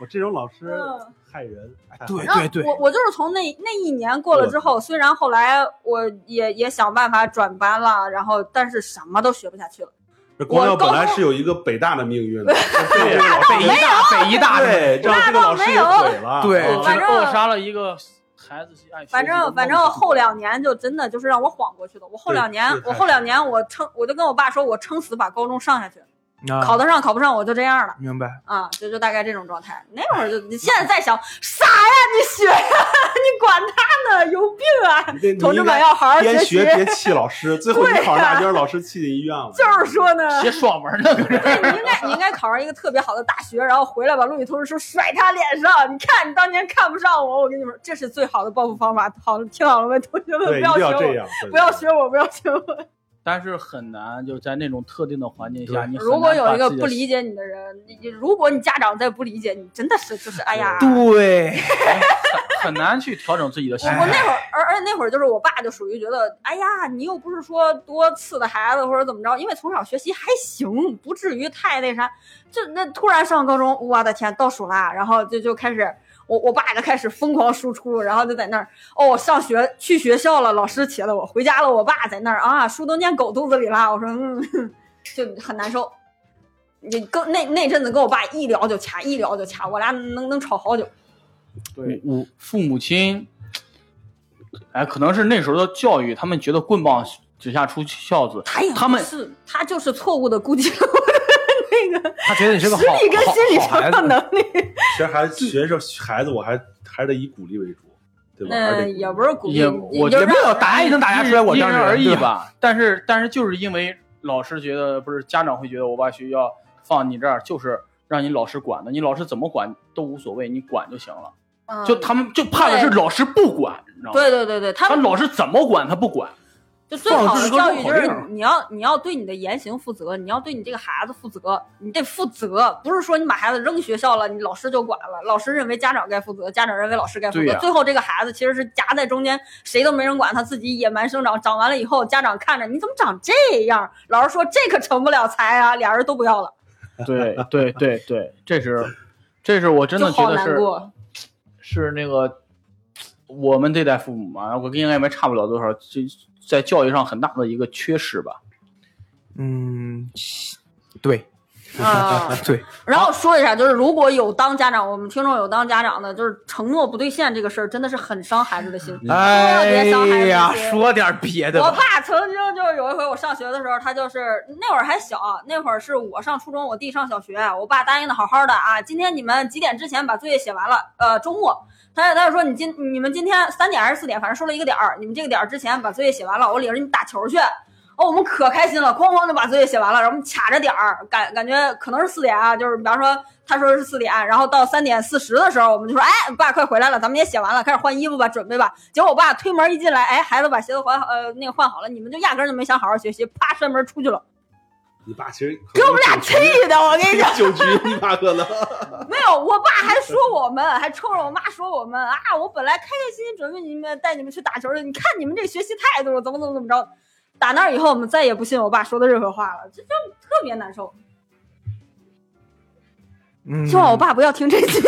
Speaker 5: 我这种老师
Speaker 2: 嗯
Speaker 5: 害人，太
Speaker 1: 对
Speaker 5: 害人
Speaker 2: 然后
Speaker 1: 哎对对
Speaker 2: 我我就是从那那一年过了之后，虽然后来我也也想办法转班了，然后但是什么都学不下去了。
Speaker 5: 这光耀
Speaker 2: 我高
Speaker 5: 本
Speaker 2: 中
Speaker 5: 来是有一个北大的命运
Speaker 2: (laughs)
Speaker 5: 的，
Speaker 1: 对，北医大，北医大的，
Speaker 5: 对，让这个老师给毁了，
Speaker 1: 对
Speaker 5: 嗯
Speaker 2: 哦反正
Speaker 4: 哎扼杀了一个孩子爱学习的梦想。
Speaker 2: 反正反正后两年就真的就是让我晃过去的。我后两年
Speaker 5: 对，对
Speaker 2: 我后两年我撑，我就跟我爸说，我撑死把高中上下去，
Speaker 1: 啊
Speaker 2: 考得上考不上我就这样了
Speaker 1: 明白。
Speaker 2: 啊，就就大概这种状态。那会儿就你现在再想啥呀？你学呀？ (laughs) 你管他呢？有病啊！
Speaker 5: 你
Speaker 2: 同志们要好好
Speaker 5: 边
Speaker 2: 习
Speaker 5: 学，边气老师，最后你
Speaker 2: 对
Speaker 5: 考上
Speaker 2: 呀
Speaker 5: 大专，老师气进医院了。
Speaker 2: (laughs) 就是说
Speaker 4: (laughs)
Speaker 2: 呢。
Speaker 4: 写爽文那个
Speaker 2: (laughs)
Speaker 4: 人，
Speaker 2: 对，你应该你应该考上一个特别好的大学，然后回来把录取通知书甩他脸上。你看你当年看不上我，我跟你们说，这是最好的报复方法。好，听好了没，同学
Speaker 5: 对，
Speaker 2: 们不
Speaker 5: 一定
Speaker 2: 要
Speaker 5: 要
Speaker 2: 学
Speaker 5: 这
Speaker 2: 我，
Speaker 5: 样，对
Speaker 2: 不要学我，不要学我。
Speaker 4: 但是很难就在那种特定的环境下，你很难啊
Speaker 2: (laughs) 如果有一
Speaker 4: 把
Speaker 2: 个
Speaker 4: 自己
Speaker 2: 不
Speaker 4: 的
Speaker 2: 理解你的人，你你如果你家长再不理解你，真的是就是哎呀。我
Speaker 1: 对，
Speaker 4: 很难去调整自己的心
Speaker 2: 我
Speaker 4: 态。
Speaker 2: 那会儿，而而且那会儿就是我爸就属于觉得，哎呀，你又不是说多次的孩子或者怎么着，因为从小学习还行，不至于太那啥。就那突然上高中，我的天，倒数啦，然后就就开始，我我爸就开始疯狂输出，然后就在那儿哦，上学去学校了，老师且了我，回家了，我爸在那儿啊，书都念狗肚子里了，我说嗯， (laughs) 就很难受。你跟那那阵子跟我爸一聊就掐，一聊就掐，我俩能能吵好久。
Speaker 4: 对，我父母亲，哎，可能是那时候的教育，他们觉得棍棒之下出孝子，
Speaker 2: 他也不
Speaker 4: 他们
Speaker 2: 是他就是错误的估计了我的那个
Speaker 1: 他觉得你是个好
Speaker 2: 实力跟
Speaker 1: 好
Speaker 2: 心理
Speaker 1: 好孩
Speaker 2: 承受
Speaker 1: 子。
Speaker 2: 能力。
Speaker 5: 其实还学生孩子，我还还是得以鼓励为主，对吧？还是得
Speaker 2: 那
Speaker 5: 鼓励
Speaker 2: 也不是鼓励，
Speaker 4: 也
Speaker 2: 你
Speaker 4: 我
Speaker 2: 就
Speaker 4: 觉
Speaker 1: 也
Speaker 4: 得
Speaker 1: 没
Speaker 2: 让
Speaker 1: 有打也能打压出来，我
Speaker 4: 因
Speaker 1: 这样
Speaker 4: 人
Speaker 1: 的人
Speaker 4: 而异
Speaker 1: 对
Speaker 4: 吧。但是但是就是因为老师觉得不是家长会觉得我把学校放你这儿就是。让你老师管的，你老师怎么管都无所谓，你管就行了。
Speaker 2: 嗯
Speaker 4: 就他们就怕的是
Speaker 2: 对
Speaker 4: 老师不管，你知道吗？
Speaker 2: 对对对对，他
Speaker 4: 他
Speaker 2: 们
Speaker 4: 老师怎么管他不管，
Speaker 2: 就最好的教育就
Speaker 4: 放置
Speaker 2: 是
Speaker 4: 和入口令
Speaker 2: 你要你要对你的言行负责，你要对你这个孩子负责，你得负责，不是说你把孩子扔学校了，你老师就管了，老师认为家长该负责，家长认为老师该负
Speaker 4: 对
Speaker 2: 责，
Speaker 4: 呀
Speaker 2: 最后这个孩子其实是夹在中间，谁都没人管，他自己野蛮生长，长完了以后，家长看着你怎么长这样，老师说这可成不了才啊，俩人都不要了。
Speaker 4: 对对对对， (laughs) 这是这是我真的
Speaker 2: 就
Speaker 4: 觉
Speaker 2: 好
Speaker 4: 得
Speaker 2: 难
Speaker 4: 是 (laughs)
Speaker 2: 过。
Speaker 4: 是那个我们这代父母嘛，我应该也差不了多少，这在教育上很大的一个缺失吧。
Speaker 1: 嗯，对
Speaker 2: 啊， (laughs)
Speaker 1: 对，
Speaker 2: 然后说一下，就是如果有当家长，我们听众有当家长的，就是承诺不兑现这个事儿，真的是很伤孩子的心。
Speaker 1: 哎
Speaker 2: 别伤孩子
Speaker 1: 呀，
Speaker 2: 心
Speaker 1: 说点别的
Speaker 2: 我
Speaker 1: 吧。
Speaker 2: 爸曾经就是有一回我上学的时候，他就是那会儿还小，那会儿是我上初中，我弟上小学，我爸答应的好好的啊，今天你们几点之前把作业写完了？呃，周末。他他就说你今你们今天三点还是四点，反正说了一个点儿，你们这个点儿之前把作业写完了，我领着你打球去。哦，我们可开心了，哐哐就把作业写完了，然后我们卡着点儿，感感觉可能是四点啊，就是比方说他说是四点，然后到三点四十的时候，我们就说，哎，爸快回来了，咱们也写完了，开始换衣服吧，准备吧。结果我爸推门一进来，哎，孩子把鞋子换好，呃，那个换好了，你们就压根儿就没想好好学习，啪摔门出去了，
Speaker 5: 你爸其实
Speaker 2: 给我们俩气的，我跟你
Speaker 5: (laughs)
Speaker 2: 讲。
Speaker 5: 酒局，你爸可能
Speaker 2: 没有，我爸还说我们，还冲着我妈说我们啊！我本来开开心心准备你们带你们去打球的，你看你们这学习态度，怎么怎么怎么着。打那以后，我们再也不信我爸说的任何话了，这就特别难受。
Speaker 1: 嗯
Speaker 2: 希望我爸不要听这期。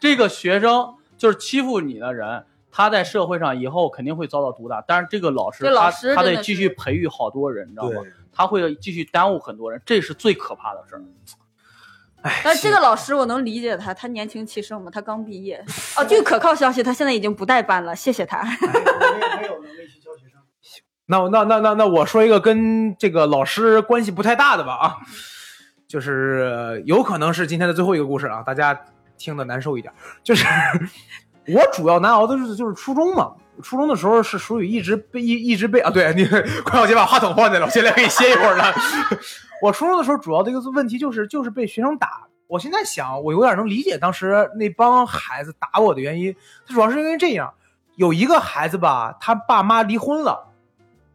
Speaker 4: 这个学生就是欺负你的人，他在社会上以后肯定会遭到毒打。但是这个老师，
Speaker 2: 这老师
Speaker 4: 他他
Speaker 2: 真
Speaker 4: 得
Speaker 2: 的
Speaker 4: 继
Speaker 2: 是
Speaker 4: 续培育好多人，你知道吗
Speaker 1: (laughs)
Speaker 5: 对？
Speaker 4: 他会继续耽误很多人，这是最可怕的事儿。
Speaker 2: 但是这个老师我能理解他，他年轻气盛嘛，他刚毕业。哦，据可靠消息，他现在已经不带班了，谢谢他。
Speaker 3: 没有能力去教学生。
Speaker 1: 那我那那那那我说一个跟这个老师关系不太大的吧啊，就是呃有可能是今天的最后一个故事啊，大家听的难受一点。就是我主要难熬的就是就是初中嘛，初中的时候是属于一直被一一直被啊，对你 (laughs) 快让我先把话筒放下来，我现在可以歇一会儿了。 (laughs) 我初中的时候主要的一个问题就是就是被学生打。我现在想，我有点能理解当时那帮孩子打我的原因，他主要是因为这样，有一个孩子吧，他爸妈离婚了。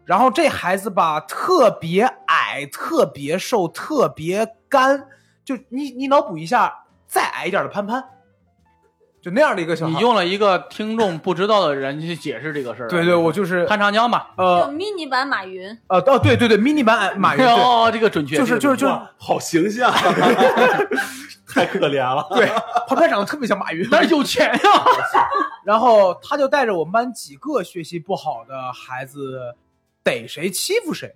Speaker 1: 然后这孩子吧，特别矮，特别瘦，特别干，就你你脑补一下，再矮一点的潘潘，就那样的一个小孩。
Speaker 4: 你用了一个听众不知道的人去解释这个事儿。
Speaker 1: 对对，我就是
Speaker 4: 潘长江吧。
Speaker 1: (laughs) 呃
Speaker 2: 迷你版马云，
Speaker 1: 呃哦对对对，mini 版矮马云，哎对
Speaker 4: 哦，这个准确，
Speaker 1: 就
Speaker 4: 这
Speaker 1: 是就
Speaker 4: 个
Speaker 1: 是
Speaker 4: 准
Speaker 1: 就是
Speaker 5: 好形象，
Speaker 1: 啊
Speaker 5: (laughs) 太可怜了。
Speaker 1: 对，潘潘长得特别像马云
Speaker 4: 确，但是有钱呀、
Speaker 1: (laughs) 然后他就带着我们班几个学习不好的孩子，逮谁欺负谁。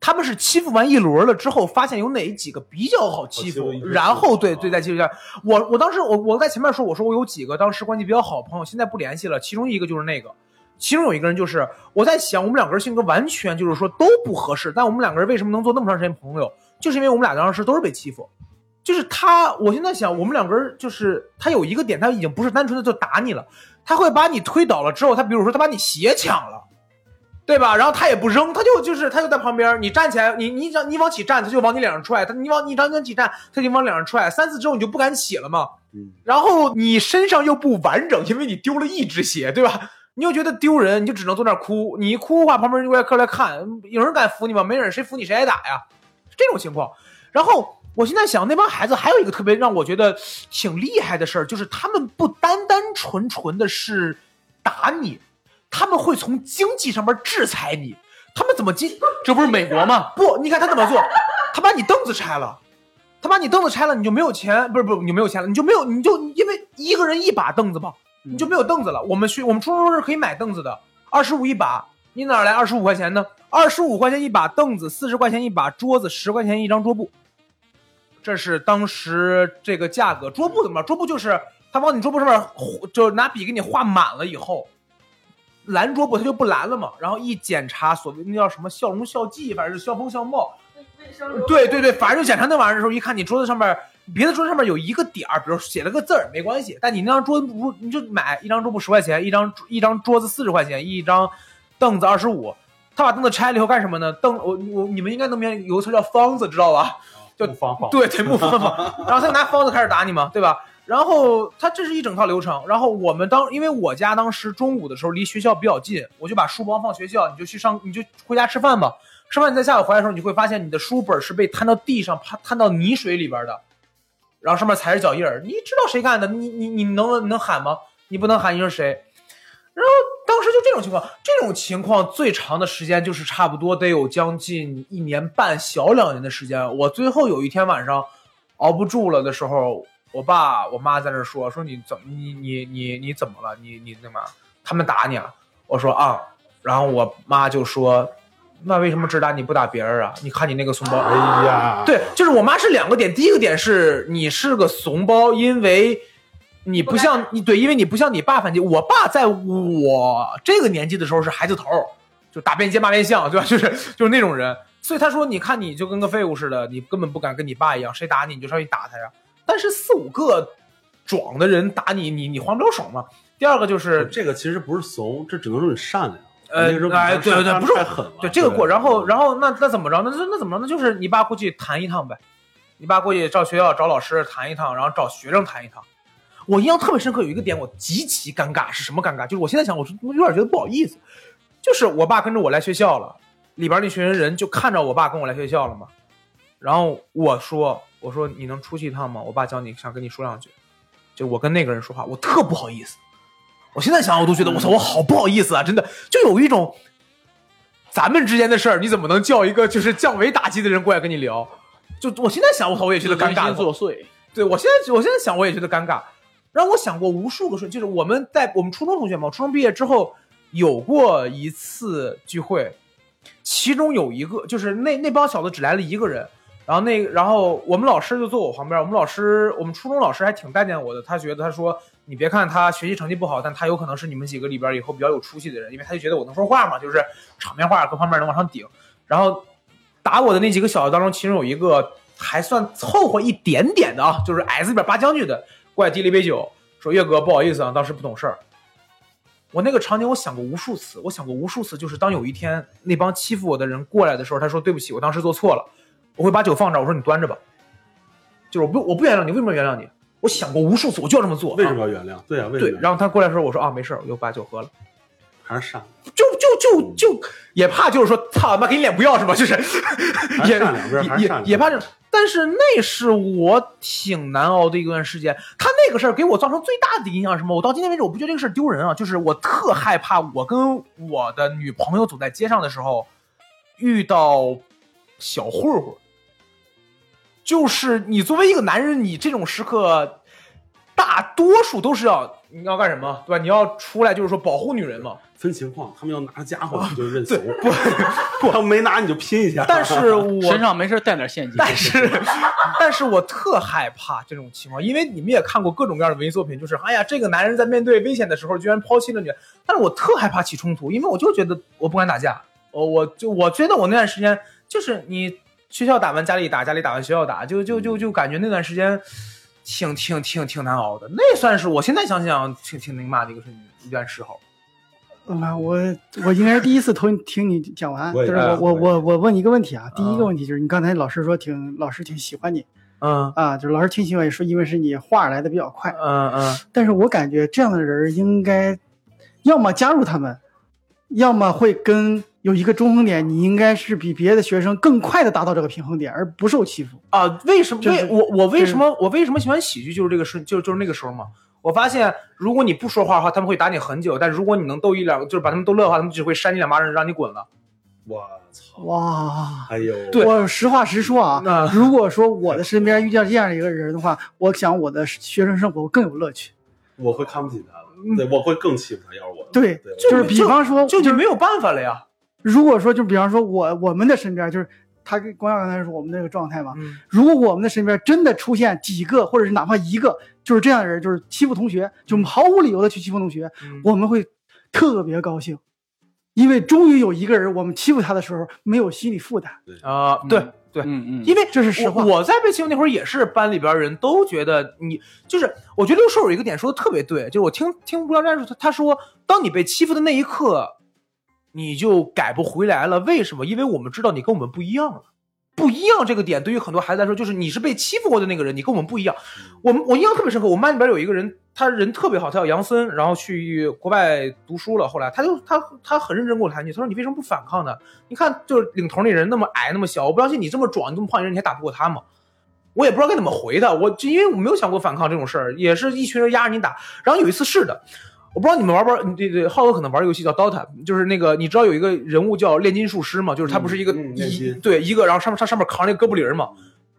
Speaker 1: 他们是欺负完一轮了之后，发现有哪几个比较好欺
Speaker 5: 好
Speaker 1: 负
Speaker 5: 欺，负
Speaker 1: 然后对
Speaker 5: 啊
Speaker 1: 对再欺负一下。我我当时我我在前面说，我说我有几个当时关系比较好的朋友，现在不联系了，其中一个就是那个。其中有一个人就是我在想，我们两个人性格完全就是说都不合适，但我们两个人为什么能做那么长时间朋友，就是因为我们俩当时都是被欺负。就是他，我现在想，我们两个人就是他有一个点，他已经不是单纯的就打你了，他会把你推倒了之后，他比如说他把你鞋抢了。对吧？然后他也不扔，他就就是他就在旁边，你站起来，你你想你往起站，他就往你脸上踹；他你往你往你起站，他就往脸上踹。三次之后你就不敢起了嘛。
Speaker 5: 嗯
Speaker 1: 然后你身上又不完整，因为你丢了一只鞋，对吧？你又觉得丢人，你就只能坐那儿哭。你一哭的话，旁边人就过来过来看，有人敢扶你吗？没人，谁扶你谁挨打呀？这种情况。然后我现在想，那帮孩子还有一个特别让我觉得挺厉害的事儿，就是他们不单单纯纯的是打你，他们会从经济上面制裁你。他们怎么经？
Speaker 4: 这不是美国吗？
Speaker 1: 不，你看他怎么做，他把你凳子拆了，他把你凳子拆了，你就没有钱，不是不是，你没有钱了，你就没有，你就因为一个人一把凳子吧，你就没有凳子了。我们去，我们初中是可以买凳子的，二十五一把，你哪来二十五块钱呢？二十五块钱一把凳子，四十块钱一把桌子，十块钱一张桌布，这是当时这个价格。桌布怎么着？桌布就是他往你桌布上面糊就拿笔给你画满了以后。拦桌布他就不拦了嘛，然后一检查所谓那叫什么校容校纪，反正是校风校貌，对对对，反正就检查那玩意儿的时候，一看你桌子上面儿，别的桌子上面有一个点儿，比如写了个字儿没关系，但你那张桌子不，你就买一张桌布十块钱，一张一张桌子四十块钱，一张凳子二十五。他把凳子拆了以后干什么呢？凳我我你们应该能明白，有个词儿叫方子，知道吧？就
Speaker 5: 不方法，
Speaker 1: 对对，木方方，然后他拿方子开始打你嘛，对吧？然后他这是一整套流程。然后我们当因为我家当时中午的时候离学校比较近，我就把书包放学校，你就去上，你就回家吃饭吧。吃完你在下午回来的时候，你会发现你的书本是被摊到地上，趴摊到泥水里边的，然后上面踩着脚印儿。你知道谁干的？你你你能能喊吗？你不能喊你是谁。然后当时就这种情况，这种情况最长的时间就是差不多得有将近一年半、小两年的时间。我最后有一天晚上熬不住了的时候，我爸我妈在那儿说说你怎么你你你你怎么了？你你那嘛？他们打你啊？我说啊，然后我妈就说。那为什么只打你不打别人啊？你看你那个怂包，
Speaker 5: 哎呀，
Speaker 1: 对，就是我妈是两个点，第一个点是你是个怂包，因为你不像你对，因为你不像你爸反击。我爸在我这个年纪的时候是孩子头儿，就打遍街骂遍巷，对吧？ (laughs) 就是就是那种人。所以他说，你看你就跟个废物似的，你根本不敢跟你爸一样，谁打你你就上去打他呀。但是四五个壮的人打你，你你还不了手嘛。第二个就是
Speaker 5: 这个其实不是怂，这只能说你善良。
Speaker 1: 呃
Speaker 5: 你那个时候比
Speaker 1: 哎
Speaker 5: 较善
Speaker 1: 对对
Speaker 5: 良
Speaker 1: 不是
Speaker 5: 太狠了。嗯
Speaker 1: 对这个过，然后然
Speaker 5: 后
Speaker 1: 后那那怎么着？那就那怎么着？那就是你爸过去谈一趟呗，你爸过去找学校找老师谈一趟，然后找学生谈一趟。我印象特别深刻，有一个点我极其尴尬，是什么尴尬？就是我现在想，我是有点觉得不好意思，就是我爸跟着我来学校了，里边那群人就看着我爸跟我来学校了嘛，然后我说我说你能出去一趟吗？我爸叫你想跟你说两句，就我跟那个人说话，我特不好意思。我现在想，我都觉得我操，我好不好意思啊！真的，就有一种咱们之间的事儿，你怎么能叫一个就是降维打击的人过来跟你聊？就我现在想，我操，我也觉得尴尬。
Speaker 4: 作祟。
Speaker 1: 对我现在我现在想，我也觉得尴尬。让我想过无数个瞬，就是我们在我们初中同学嘛，我初中毕业之后有过一次聚会，其中有一个就是那那帮小子只来了一个人，然后那然后我们老师就坐我旁边，我们老师我们初中老师还挺待见我的，他觉得他说你别看他学习成绩不好，但他有可能是你们几个里边以后比较有出息的人，因为他就觉得我能说话嘛，就是场面话各方面能往上顶。然后打我的那几个小子当中，其中有一个还算凑合一点点的啊，就是矮子里边拔将军的，过来递了一杯酒，说岳哥不好意思啊，当时不懂事儿。我那个场景我想过无数次，我想过无数次，就是当有一天那帮欺负我的人过来的时候，他说对不起，我当时做错了，我会把酒放这儿，我说你端着吧，就是我不我不原谅你，为什么要原谅你？我想过无数次，我就要这么做。
Speaker 5: 为什
Speaker 1: 啊
Speaker 5: 么要原谅？对呀，为什
Speaker 1: 对，
Speaker 5: 么要？
Speaker 1: 然后他过来的时候，我说啊，没事儿，我又把酒喝了。
Speaker 5: 还是善
Speaker 1: 就就就就也怕就是说，操他妈给你脸不要是吧？就是
Speaker 5: 还是
Speaker 1: 也
Speaker 5: 上两边
Speaker 1: 也
Speaker 5: 还是
Speaker 1: 也
Speaker 5: 上两边
Speaker 1: 也怕这，但是那是我挺难熬的一段时间。他那个事儿给我造成最大的影响是什么？我到今天为止，我不觉得这个事儿丢人啊，就是我特害怕我跟我的女朋友走在街上的时候遇到小混混儿。就是你作为一个男人，你这种时刻，大多数都是要你要干什么，对吧？你要出来就是说保护女人嘛。
Speaker 5: 良，分情况，他们要拿家伙你就认
Speaker 1: 哦对
Speaker 5: 怂，不，他们没拿你就拼一下。
Speaker 1: 但是
Speaker 4: 身
Speaker 1: 我，
Speaker 4: 上没事带点现金，
Speaker 1: 但是，但是我特害怕这种情况，因为你们也看过各种各样的文艺作品，就是哎呀，这个男人在面对危险的时候居然抛弃了女人，但是我特害怕起冲突，因为我就觉得我不敢打架，我我就我觉得我那段时间就是你学校打完家里打，家里打完学校打，就就就就感觉那段时间挺挺挺挺难熬的，那算是我现在想想挺挺那个嘛的一个瞬间一段时候。
Speaker 3: 啊，我我应该是第一次头听你讲完，
Speaker 5: 我
Speaker 3: 就
Speaker 5: 也
Speaker 3: 是
Speaker 5: 是
Speaker 3: 我我
Speaker 5: 我也
Speaker 3: 我我问你一个问题啊，第一
Speaker 1: 啊
Speaker 3: 个问题就是你刚才老师说挺老师挺喜欢你
Speaker 1: 嗯
Speaker 3: 啊，就是老师挺喜欢你，说因为是你话来的比较快，
Speaker 1: 嗯嗯，
Speaker 3: 但是我感觉这样的人应该要么加入他们，要么会跟有一个中衡点，你应该是比别的学生更快的达到这个平衡点，而不受欺负。
Speaker 1: 啊，为什么？
Speaker 3: 就
Speaker 1: 为
Speaker 3: 是
Speaker 1: 我我为
Speaker 3: 就
Speaker 1: 什
Speaker 3: 是
Speaker 1: 么我为什么喜欢喜剧？就是这个瞬，就就是那个时候嘛。我发现，如果你不说话的话，他们会打你很久；但如果你能逗一两，就是把他们逗乐的话，他们只会扇你两巴掌，让你滚了。
Speaker 5: (laughs) 我操，
Speaker 3: 哇！
Speaker 5: 哎呦，
Speaker 1: 对
Speaker 3: 我实话实说啊
Speaker 1: 那，
Speaker 3: 如果说我的身边遇见这样一个人的话，我想我的学生生活更有乐趣。
Speaker 5: 我会看不起他
Speaker 1: 嗯
Speaker 5: 的，对，我会更欺负他。要是我，
Speaker 3: 对
Speaker 5: 对，
Speaker 3: 就
Speaker 1: 就是
Speaker 3: 比方说，
Speaker 1: 就你没有办法了呀。
Speaker 3: 如果说就比方说我我们的身边就是他跟光耀刚才说我们那个状态嘛，
Speaker 1: 嗯，
Speaker 3: 如果我们的身边真的出现几个或者是哪怕一个就是这样的人，就是欺负同学，就毫无理由的去欺负同学，我们会特别高兴，因为终于有一个人我们欺负他的时候没有心理负担。
Speaker 1: 啊、对对，
Speaker 4: 嗯嗯，
Speaker 1: 因为
Speaker 3: 这是实话
Speaker 1: 我我在被欺负那会儿，也是班里边人都觉得你就是，我觉得六兽有一个点说的特别对，就是我听听无聊战术，他他说，当你被欺负的那一刻，你就改不回来了。为什么？因为我们知道你跟我们不一样了。不一样这个点对于很多孩子来说，就是你是被欺负过的那个人，你跟我们不一样。我们我印象特别深刻，我们班里边有一个人，他人特别好，他叫杨森，然后去国外读书了。后来他就他他很认真跟我谈起，他说你为什么不反抗呢？你看，就是领头那人那么矮那么小，我不相信你这么壮，你这么胖一人你还打不过他吗？我也不知道该怎么回他，我就因为我没有想过反抗这种事儿，也是一群人压着你打。然后有一次是的，我不知道你们玩不玩，这这浩哥可能玩的游戏叫 DOTA，就是那个你知道有一个人物叫炼金术师嘛，就是他不是一个
Speaker 5: 嗯嗯炼
Speaker 1: 一
Speaker 5: 金
Speaker 1: 对一个，然后上面上上面扛那个哥布林儿嘛。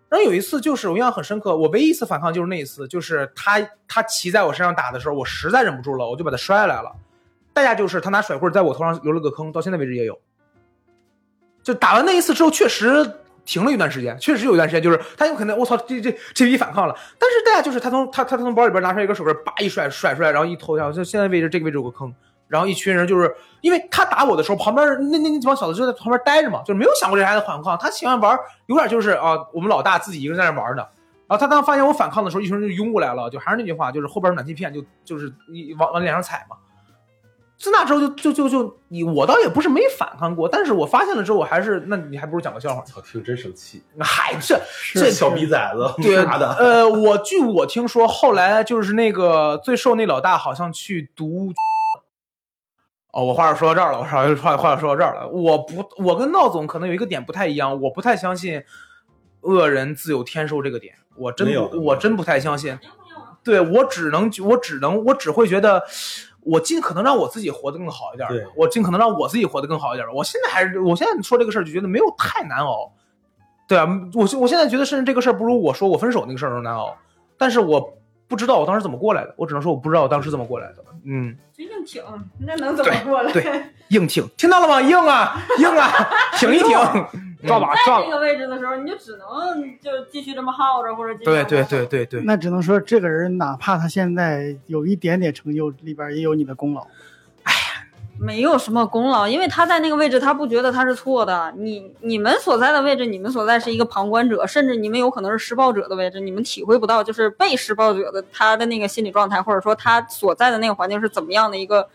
Speaker 1: 然后有一次就是我印象很深刻，我唯一一次反抗就是那一次，就是他他骑在我身上打的时候，我实在忍不住了，我就把他摔下来了。代价就是他拿甩棍在我头上留了个坑，到现在为止也有。就打完那一次之后，确实停了一段时间，确实有一段时间就是他有可能我操这这这逼反抗了，但是大家就是他从他他从包里边拿出来一根手棍，叭一甩甩出来，然后一头下，就现在位置这个位置有个坑，然后一群人就是因为他打我的时候，旁边那那那几帮小子就在旁边待着嘛，就是没有想过这孩子反抗，他喜欢玩，有点就是啊我们老大自己一个人在那玩呢。然后他当发现我反抗的时候，一群人就拥过来了，就还是那句话，就是后边暖气片就就是一往往脸上踩嘛。自那之后就就就就你我倒也不是没反抗过，但是我发现了之后，我还是那你还不如讲个笑话。
Speaker 5: 操，听着真生气，
Speaker 1: 嗨，这
Speaker 5: 这
Speaker 1: 这
Speaker 5: 小逼崽子，
Speaker 1: 对
Speaker 5: 妈的，
Speaker 1: 呃，我据我听说，后来就是那个最瘦那老大好像去读。哦，我话说到这儿了，我说话话说到这儿了。我不，我跟闹总可能有一个点不太一样，我不太相信恶人自有天收这个点，我真
Speaker 5: 没有
Speaker 1: 不我真不太相信。对我只能，我只能，我只会觉得，我尽可能让我自己活得更好一点儿
Speaker 5: 对，
Speaker 1: 我尽可能让我自己活得更好一点儿。我现在还是，我现在说这个事儿就觉得没有太难熬，对啊，我现我现在觉得甚至这个事儿不如我说我分手那个事儿都难熬，但是我不知道我当时怎么过来的，我只能说我不知道我当时怎么过来的。嗯，
Speaker 2: 就硬挺，那能怎么过来？
Speaker 1: 对硬挺，听到了吗？硬
Speaker 2: (laughs)
Speaker 1: 啊，硬啊，挺
Speaker 2: 哎
Speaker 1: 一挺，嗯
Speaker 4: 抓把抓
Speaker 2: 在这
Speaker 4: 把，
Speaker 2: 个位置的时候，你就只能就继续这么耗着，或者继续
Speaker 1: 对
Speaker 2: 往
Speaker 1: 对
Speaker 2: 后
Speaker 1: 对对对。
Speaker 3: 那只能说这个人哪怕他现在有一点点成就，里边也有你的功劳。
Speaker 2: 没有什么功劳，因为他在那个位置，他不觉得他是错的。你你们所在的位置，你们所在是一个旁观者，甚至你们有可能是施暴者的位置，你们体会不到就是被施暴者的他的那个心理状态，或者说他所在的那个环境是怎么样的一个，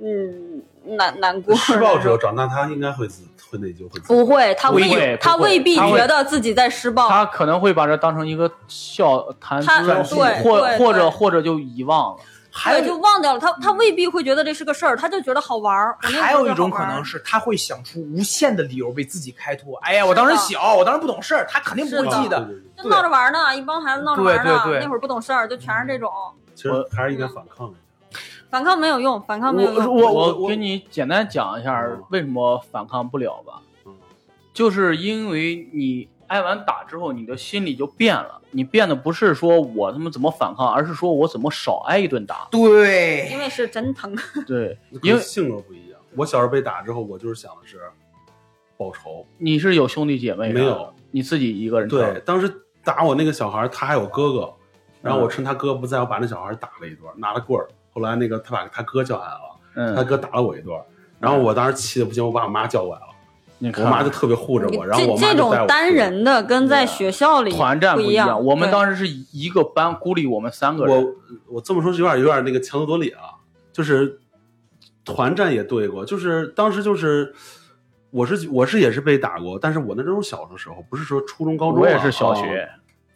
Speaker 2: 嗯，难难过。
Speaker 5: 施暴者长大他应该会自会内疚，会自
Speaker 2: 不会，他
Speaker 4: 不会
Speaker 2: 未
Speaker 4: 不
Speaker 2: 他
Speaker 4: 会
Speaker 2: 未必
Speaker 4: 他会
Speaker 2: 觉得自己在施暴，
Speaker 4: 他可能会把这当成一个笑谈资
Speaker 2: 他，对
Speaker 4: 或
Speaker 2: 对
Speaker 4: 或
Speaker 2: 对
Speaker 4: 者或者就遗忘了。
Speaker 1: 还
Speaker 2: 对就
Speaker 1: 有嗯
Speaker 2: 忘掉了，他他未必会觉得这是个事儿，他就觉得好玩儿。我那个
Speaker 1: 还有一种
Speaker 2: 时候就好
Speaker 1: 可
Speaker 2: 玩儿
Speaker 1: 能是他会想出无限的理由为自己开脱。哎呀，我当时小，我当时不懂事儿，他肯定不会
Speaker 2: 是的
Speaker 1: 记
Speaker 5: 啊
Speaker 1: 得。
Speaker 5: 对对对
Speaker 2: 就闹着玩儿呢，一帮孩子闹着玩儿呢，
Speaker 1: 对对对
Speaker 2: 那会儿不懂事儿，就全是这种。
Speaker 5: 其实还是应该反抗的。
Speaker 2: 反抗没有用，反抗没有用。
Speaker 1: 我我。
Speaker 4: 我给你简单讲一下
Speaker 5: 嗯
Speaker 4: 为什么反抗不了吧
Speaker 5: 嗯，
Speaker 4: 就是因为你挨完打之后，你的心理就变了，你变的不是说我他妈怎么反抗，而是说我怎么少挨一顿打
Speaker 1: 对
Speaker 2: 因为是
Speaker 1: (laughs)
Speaker 2: 真疼，
Speaker 4: 对，
Speaker 5: 因
Speaker 4: 因
Speaker 5: 为
Speaker 4: 为
Speaker 5: 性格不一样。我小时候被打之后，我就是想的是报仇。
Speaker 4: 你是有兄弟姐妹的
Speaker 5: 没有，
Speaker 4: 你自己一个人
Speaker 5: 对
Speaker 4: 扛，
Speaker 5: 当时打我那个小孩，他还有哥哥，然后我趁他哥不在，我把那小孩打了一顿，拿了棍儿。后来那个他把他哥叫来了，他
Speaker 4: 嗯，
Speaker 5: 哥打了我一顿，然后我当时气的不行，我把我妈叫过来了，
Speaker 4: 你
Speaker 5: 我
Speaker 4: 看
Speaker 5: 妈就特别护着我，然后我
Speaker 2: 这
Speaker 5: 妈就
Speaker 2: 这种
Speaker 5: 带我
Speaker 2: 单
Speaker 5: 出去。
Speaker 2: 人
Speaker 1: 啊
Speaker 2: 的跟在学校里
Speaker 4: 团战
Speaker 2: 不
Speaker 4: 一
Speaker 2: 样。
Speaker 4: 我们
Speaker 2: 对
Speaker 4: 当时是一个班，孤立我们三个人。
Speaker 5: 我我这么说是有点有点那个强词夺理啊，就是团战也对过，就是当时就是我是我是也是被打过，但是我那都是小的时候，不是说初中高中啊、
Speaker 4: 我也是小
Speaker 5: 啊
Speaker 4: 学，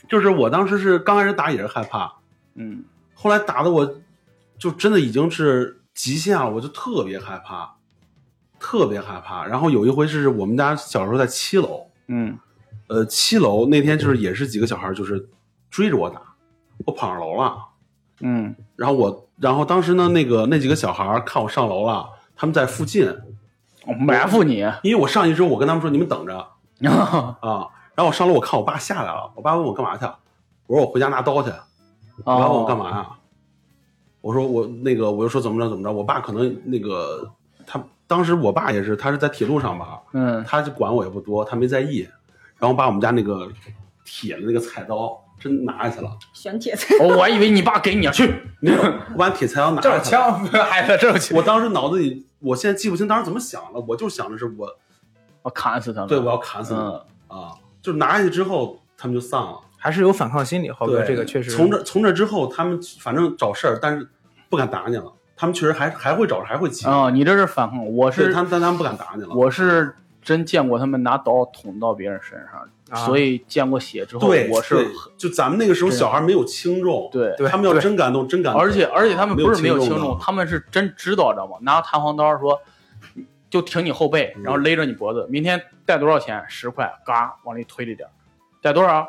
Speaker 5: 就是我当时是刚开始打也是害怕，
Speaker 4: 嗯，
Speaker 5: 后来打的我就真的已经是极限了，我就特别害怕，特别害怕。然后有一回是我们家小时候在七楼，
Speaker 4: 嗯
Speaker 5: 呃，七楼那天就是也是几个小孩就是追着我打，我跑上楼了。
Speaker 4: 嗯
Speaker 5: 然后我，然后当时呢，那个那几个小孩儿看我上楼了，他们在附近，
Speaker 4: 我埋伏你，
Speaker 5: 因 (laughs) 为我上去之后，我跟他们说你们等着
Speaker 4: 啊，
Speaker 5: 啊。然后我上楼，我看我爸下来了，我爸问我干嘛去，我说我回家拿刀去。
Speaker 4: 哦
Speaker 5: 我爸问我干嘛呀、我说我那个，我就说怎么着怎么着。我爸可能那个他当时我爸也是，他是在铁路上吧，
Speaker 4: 嗯
Speaker 5: 他就管我也不多，他没在意，然后把我们家那个铁的那个菜刀真拿下去了，
Speaker 2: 选铁
Speaker 1: (laughs)
Speaker 4: 哦，我还以为你爸给你啊，去， (laughs)
Speaker 5: 没有，我把铁菜刀拿
Speaker 1: 这
Speaker 5: 下
Speaker 1: 有
Speaker 5: 去了。
Speaker 1: 枪，孩子，这有枪。
Speaker 5: 我当时脑子里，我现在记不清当时怎么想了，我就想的是我
Speaker 4: 我砍死他们。
Speaker 5: 对，我要砍死你、
Speaker 4: 嗯
Speaker 5: 啊！就拿下去之后，他们就散了。
Speaker 1: 还是有反抗心理，浩哥
Speaker 5: 对，
Speaker 1: 这个确实。
Speaker 5: 从这从这之后，他们反正找事儿，但是不敢打你了。他们确实还还会找，还会气。
Speaker 1: 嗯
Speaker 4: 啊、你这是反抗，我
Speaker 5: 对，
Speaker 4: 是
Speaker 5: 他们但他们不敢打你了。
Speaker 4: 我是真见过他们拿刀捅到别人身上，
Speaker 1: 啊
Speaker 4: 所以见过血之后，
Speaker 5: 对，
Speaker 4: 我是
Speaker 5: 对就咱们那个时候小孩没有轻重，
Speaker 4: 对
Speaker 1: 对
Speaker 5: 他们要
Speaker 1: 对
Speaker 5: 真敢动，真敢动。
Speaker 4: 而且而且他们不是没有轻
Speaker 5: 没有轻
Speaker 4: 重
Speaker 5: 重，的啊
Speaker 4: 他们是真知道，知道吗？拿弹簧刀说，就挺你后背，
Speaker 5: 嗯
Speaker 4: 然后勒着你脖子，明天带多少钱？十块，嘎，往里推了一点儿，带多少？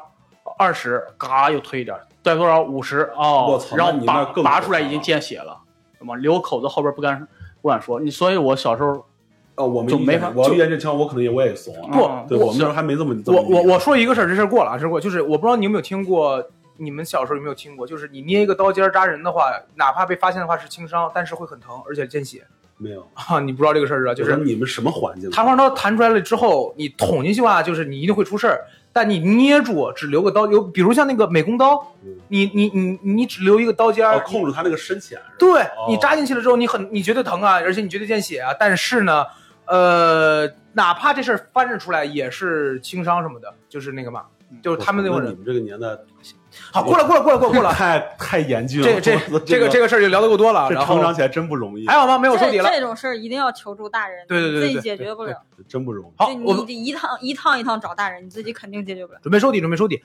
Speaker 4: 二十，嘎，又推一点儿，带多少？五十，
Speaker 5: 我
Speaker 4: 哦
Speaker 5: 操，
Speaker 4: 然
Speaker 5: 那
Speaker 4: 后
Speaker 5: 你那
Speaker 4: 拔
Speaker 5: 更可怕
Speaker 4: 拔出来已经
Speaker 5: 了
Speaker 4: 见血了，往留口子后边不敢不敢说。你所以，我小时候
Speaker 5: 哦，我没
Speaker 4: 就
Speaker 5: 遇
Speaker 4: 没
Speaker 5: 见
Speaker 4: 法
Speaker 5: 我要
Speaker 4: 就
Speaker 5: 遇见这情况，我可能也我也怂啊。
Speaker 4: 不
Speaker 2: 嗯
Speaker 5: 对，
Speaker 4: 我
Speaker 5: 我们那时候还没这么这么
Speaker 1: 嗯我
Speaker 5: 遇见
Speaker 1: 我我说一个事儿，这事儿过了啊，这事儿过，就是我不知道你有没有听过，你们小时候有没有听过，就是你捏一个刀尖儿扎人的话，哪怕被发现的话是轻伤，但是会很疼，而且见血
Speaker 5: 没有，
Speaker 1: 啊，你不知道这个事儿啊，就
Speaker 5: 我说
Speaker 1: 是
Speaker 5: 你们什么环境？啊
Speaker 1: 弹簧刀弹出来了之后，你捅进去的话，就是你一定会出事儿，但你捏住只留个刀，有比如像那个美工刀
Speaker 5: 嗯，
Speaker 1: 你你你你只留一个刀尖
Speaker 5: 哦
Speaker 1: 儿，
Speaker 5: 控制他那个深浅。是吧
Speaker 1: 对
Speaker 5: 哦
Speaker 1: 你扎进去了之后，你很你觉得疼啊，而且你觉得见血啊，但是呢，呃，哪怕这事儿翻着出来也是轻伤什么的，就是那个嘛，就是他们那种
Speaker 5: 你
Speaker 1: 人。
Speaker 5: 们这个年代
Speaker 1: 好，过了过了过了过了过了，
Speaker 5: 太太严峻了。
Speaker 1: (laughs) 这这
Speaker 5: 我
Speaker 1: 这个这
Speaker 5: 个
Speaker 1: 个事儿就聊得够多了。
Speaker 5: 这
Speaker 1: 然
Speaker 5: 成
Speaker 1: 后
Speaker 5: 长起来真不容易，
Speaker 1: 还好吗？没有收
Speaker 2: 这
Speaker 1: 底了。
Speaker 2: 这种事儿一定要求助大人，
Speaker 1: 对对对对
Speaker 2: 你自己
Speaker 1: 对
Speaker 2: 解决不了。
Speaker 5: 真不容易。
Speaker 1: 好
Speaker 2: 就，
Speaker 1: 我
Speaker 2: 你
Speaker 1: 们
Speaker 2: 你一趟一趟一趟找大人，你自己肯定解决不了。
Speaker 1: 准备收底，准备收底。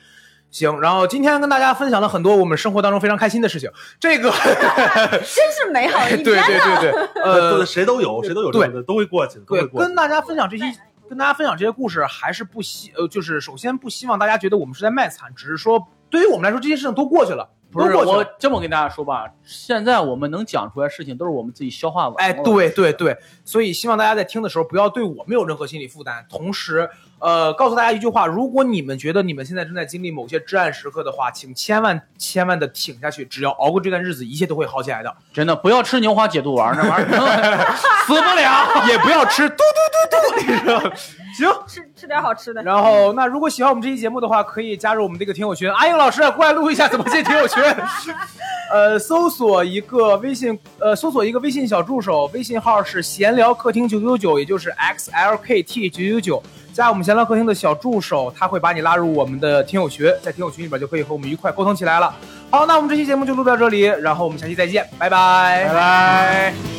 Speaker 1: 行，然后今天跟大家分享了很多我们生活当中非常开心的事情。这个，
Speaker 2: 真是美好一
Speaker 1: (laughs) 对对
Speaker 2: 天呐！
Speaker 1: 对对，
Speaker 5: 对
Speaker 1: 呃
Speaker 5: 对，谁都有，谁都有这
Speaker 1: 对
Speaker 5: 种的，都会过去，都会
Speaker 1: 对，
Speaker 5: 过去。
Speaker 1: 跟大家分享这些跟大家分享这些故事，还是不希呃，就是首先不希望大家觉得我们是在卖惨，只是说对于我们来说，这些事情都过去了，
Speaker 4: 不是
Speaker 1: 都过去
Speaker 4: 我
Speaker 1: 了。
Speaker 4: 这么跟大家说吧，现在我们能讲出来的事情都是我哦们自己消化完。
Speaker 1: 哎，对对，对，所以希望大家在听的时候不要对我们有任何心理负担。同时，呃，告诉大家一句话：如果你们觉得你们现在正在经历某些至暗时刻的话，请千万千万的挺下去，只要熬过这段日子，一切都会好起来的。
Speaker 4: 真的不要吃牛黄解肚丸，那玩意
Speaker 1: (laughs)
Speaker 4: 儿死不了。
Speaker 1: 也不要吃嘟嘟嘟嘟，你知道吗行。
Speaker 2: 吃吃点好吃的。
Speaker 1: 然后，那如果喜欢我们这期节目的话，可以加入我们这个听友群。阿英老师过来录一下怎么进听友群。呃，搜索一个微信，呃，搜索一个微信小助手，微信号是闲聊客厅九九九，也就是 xlkt 九九九。加我们闲聊客厅的小助手，他会把你拉入我们的听友群，在听友群里边就可以和我们愉快沟通起来了。好，那我们这期节目就录到这里，然后我们下期再见，拜拜，拜拜。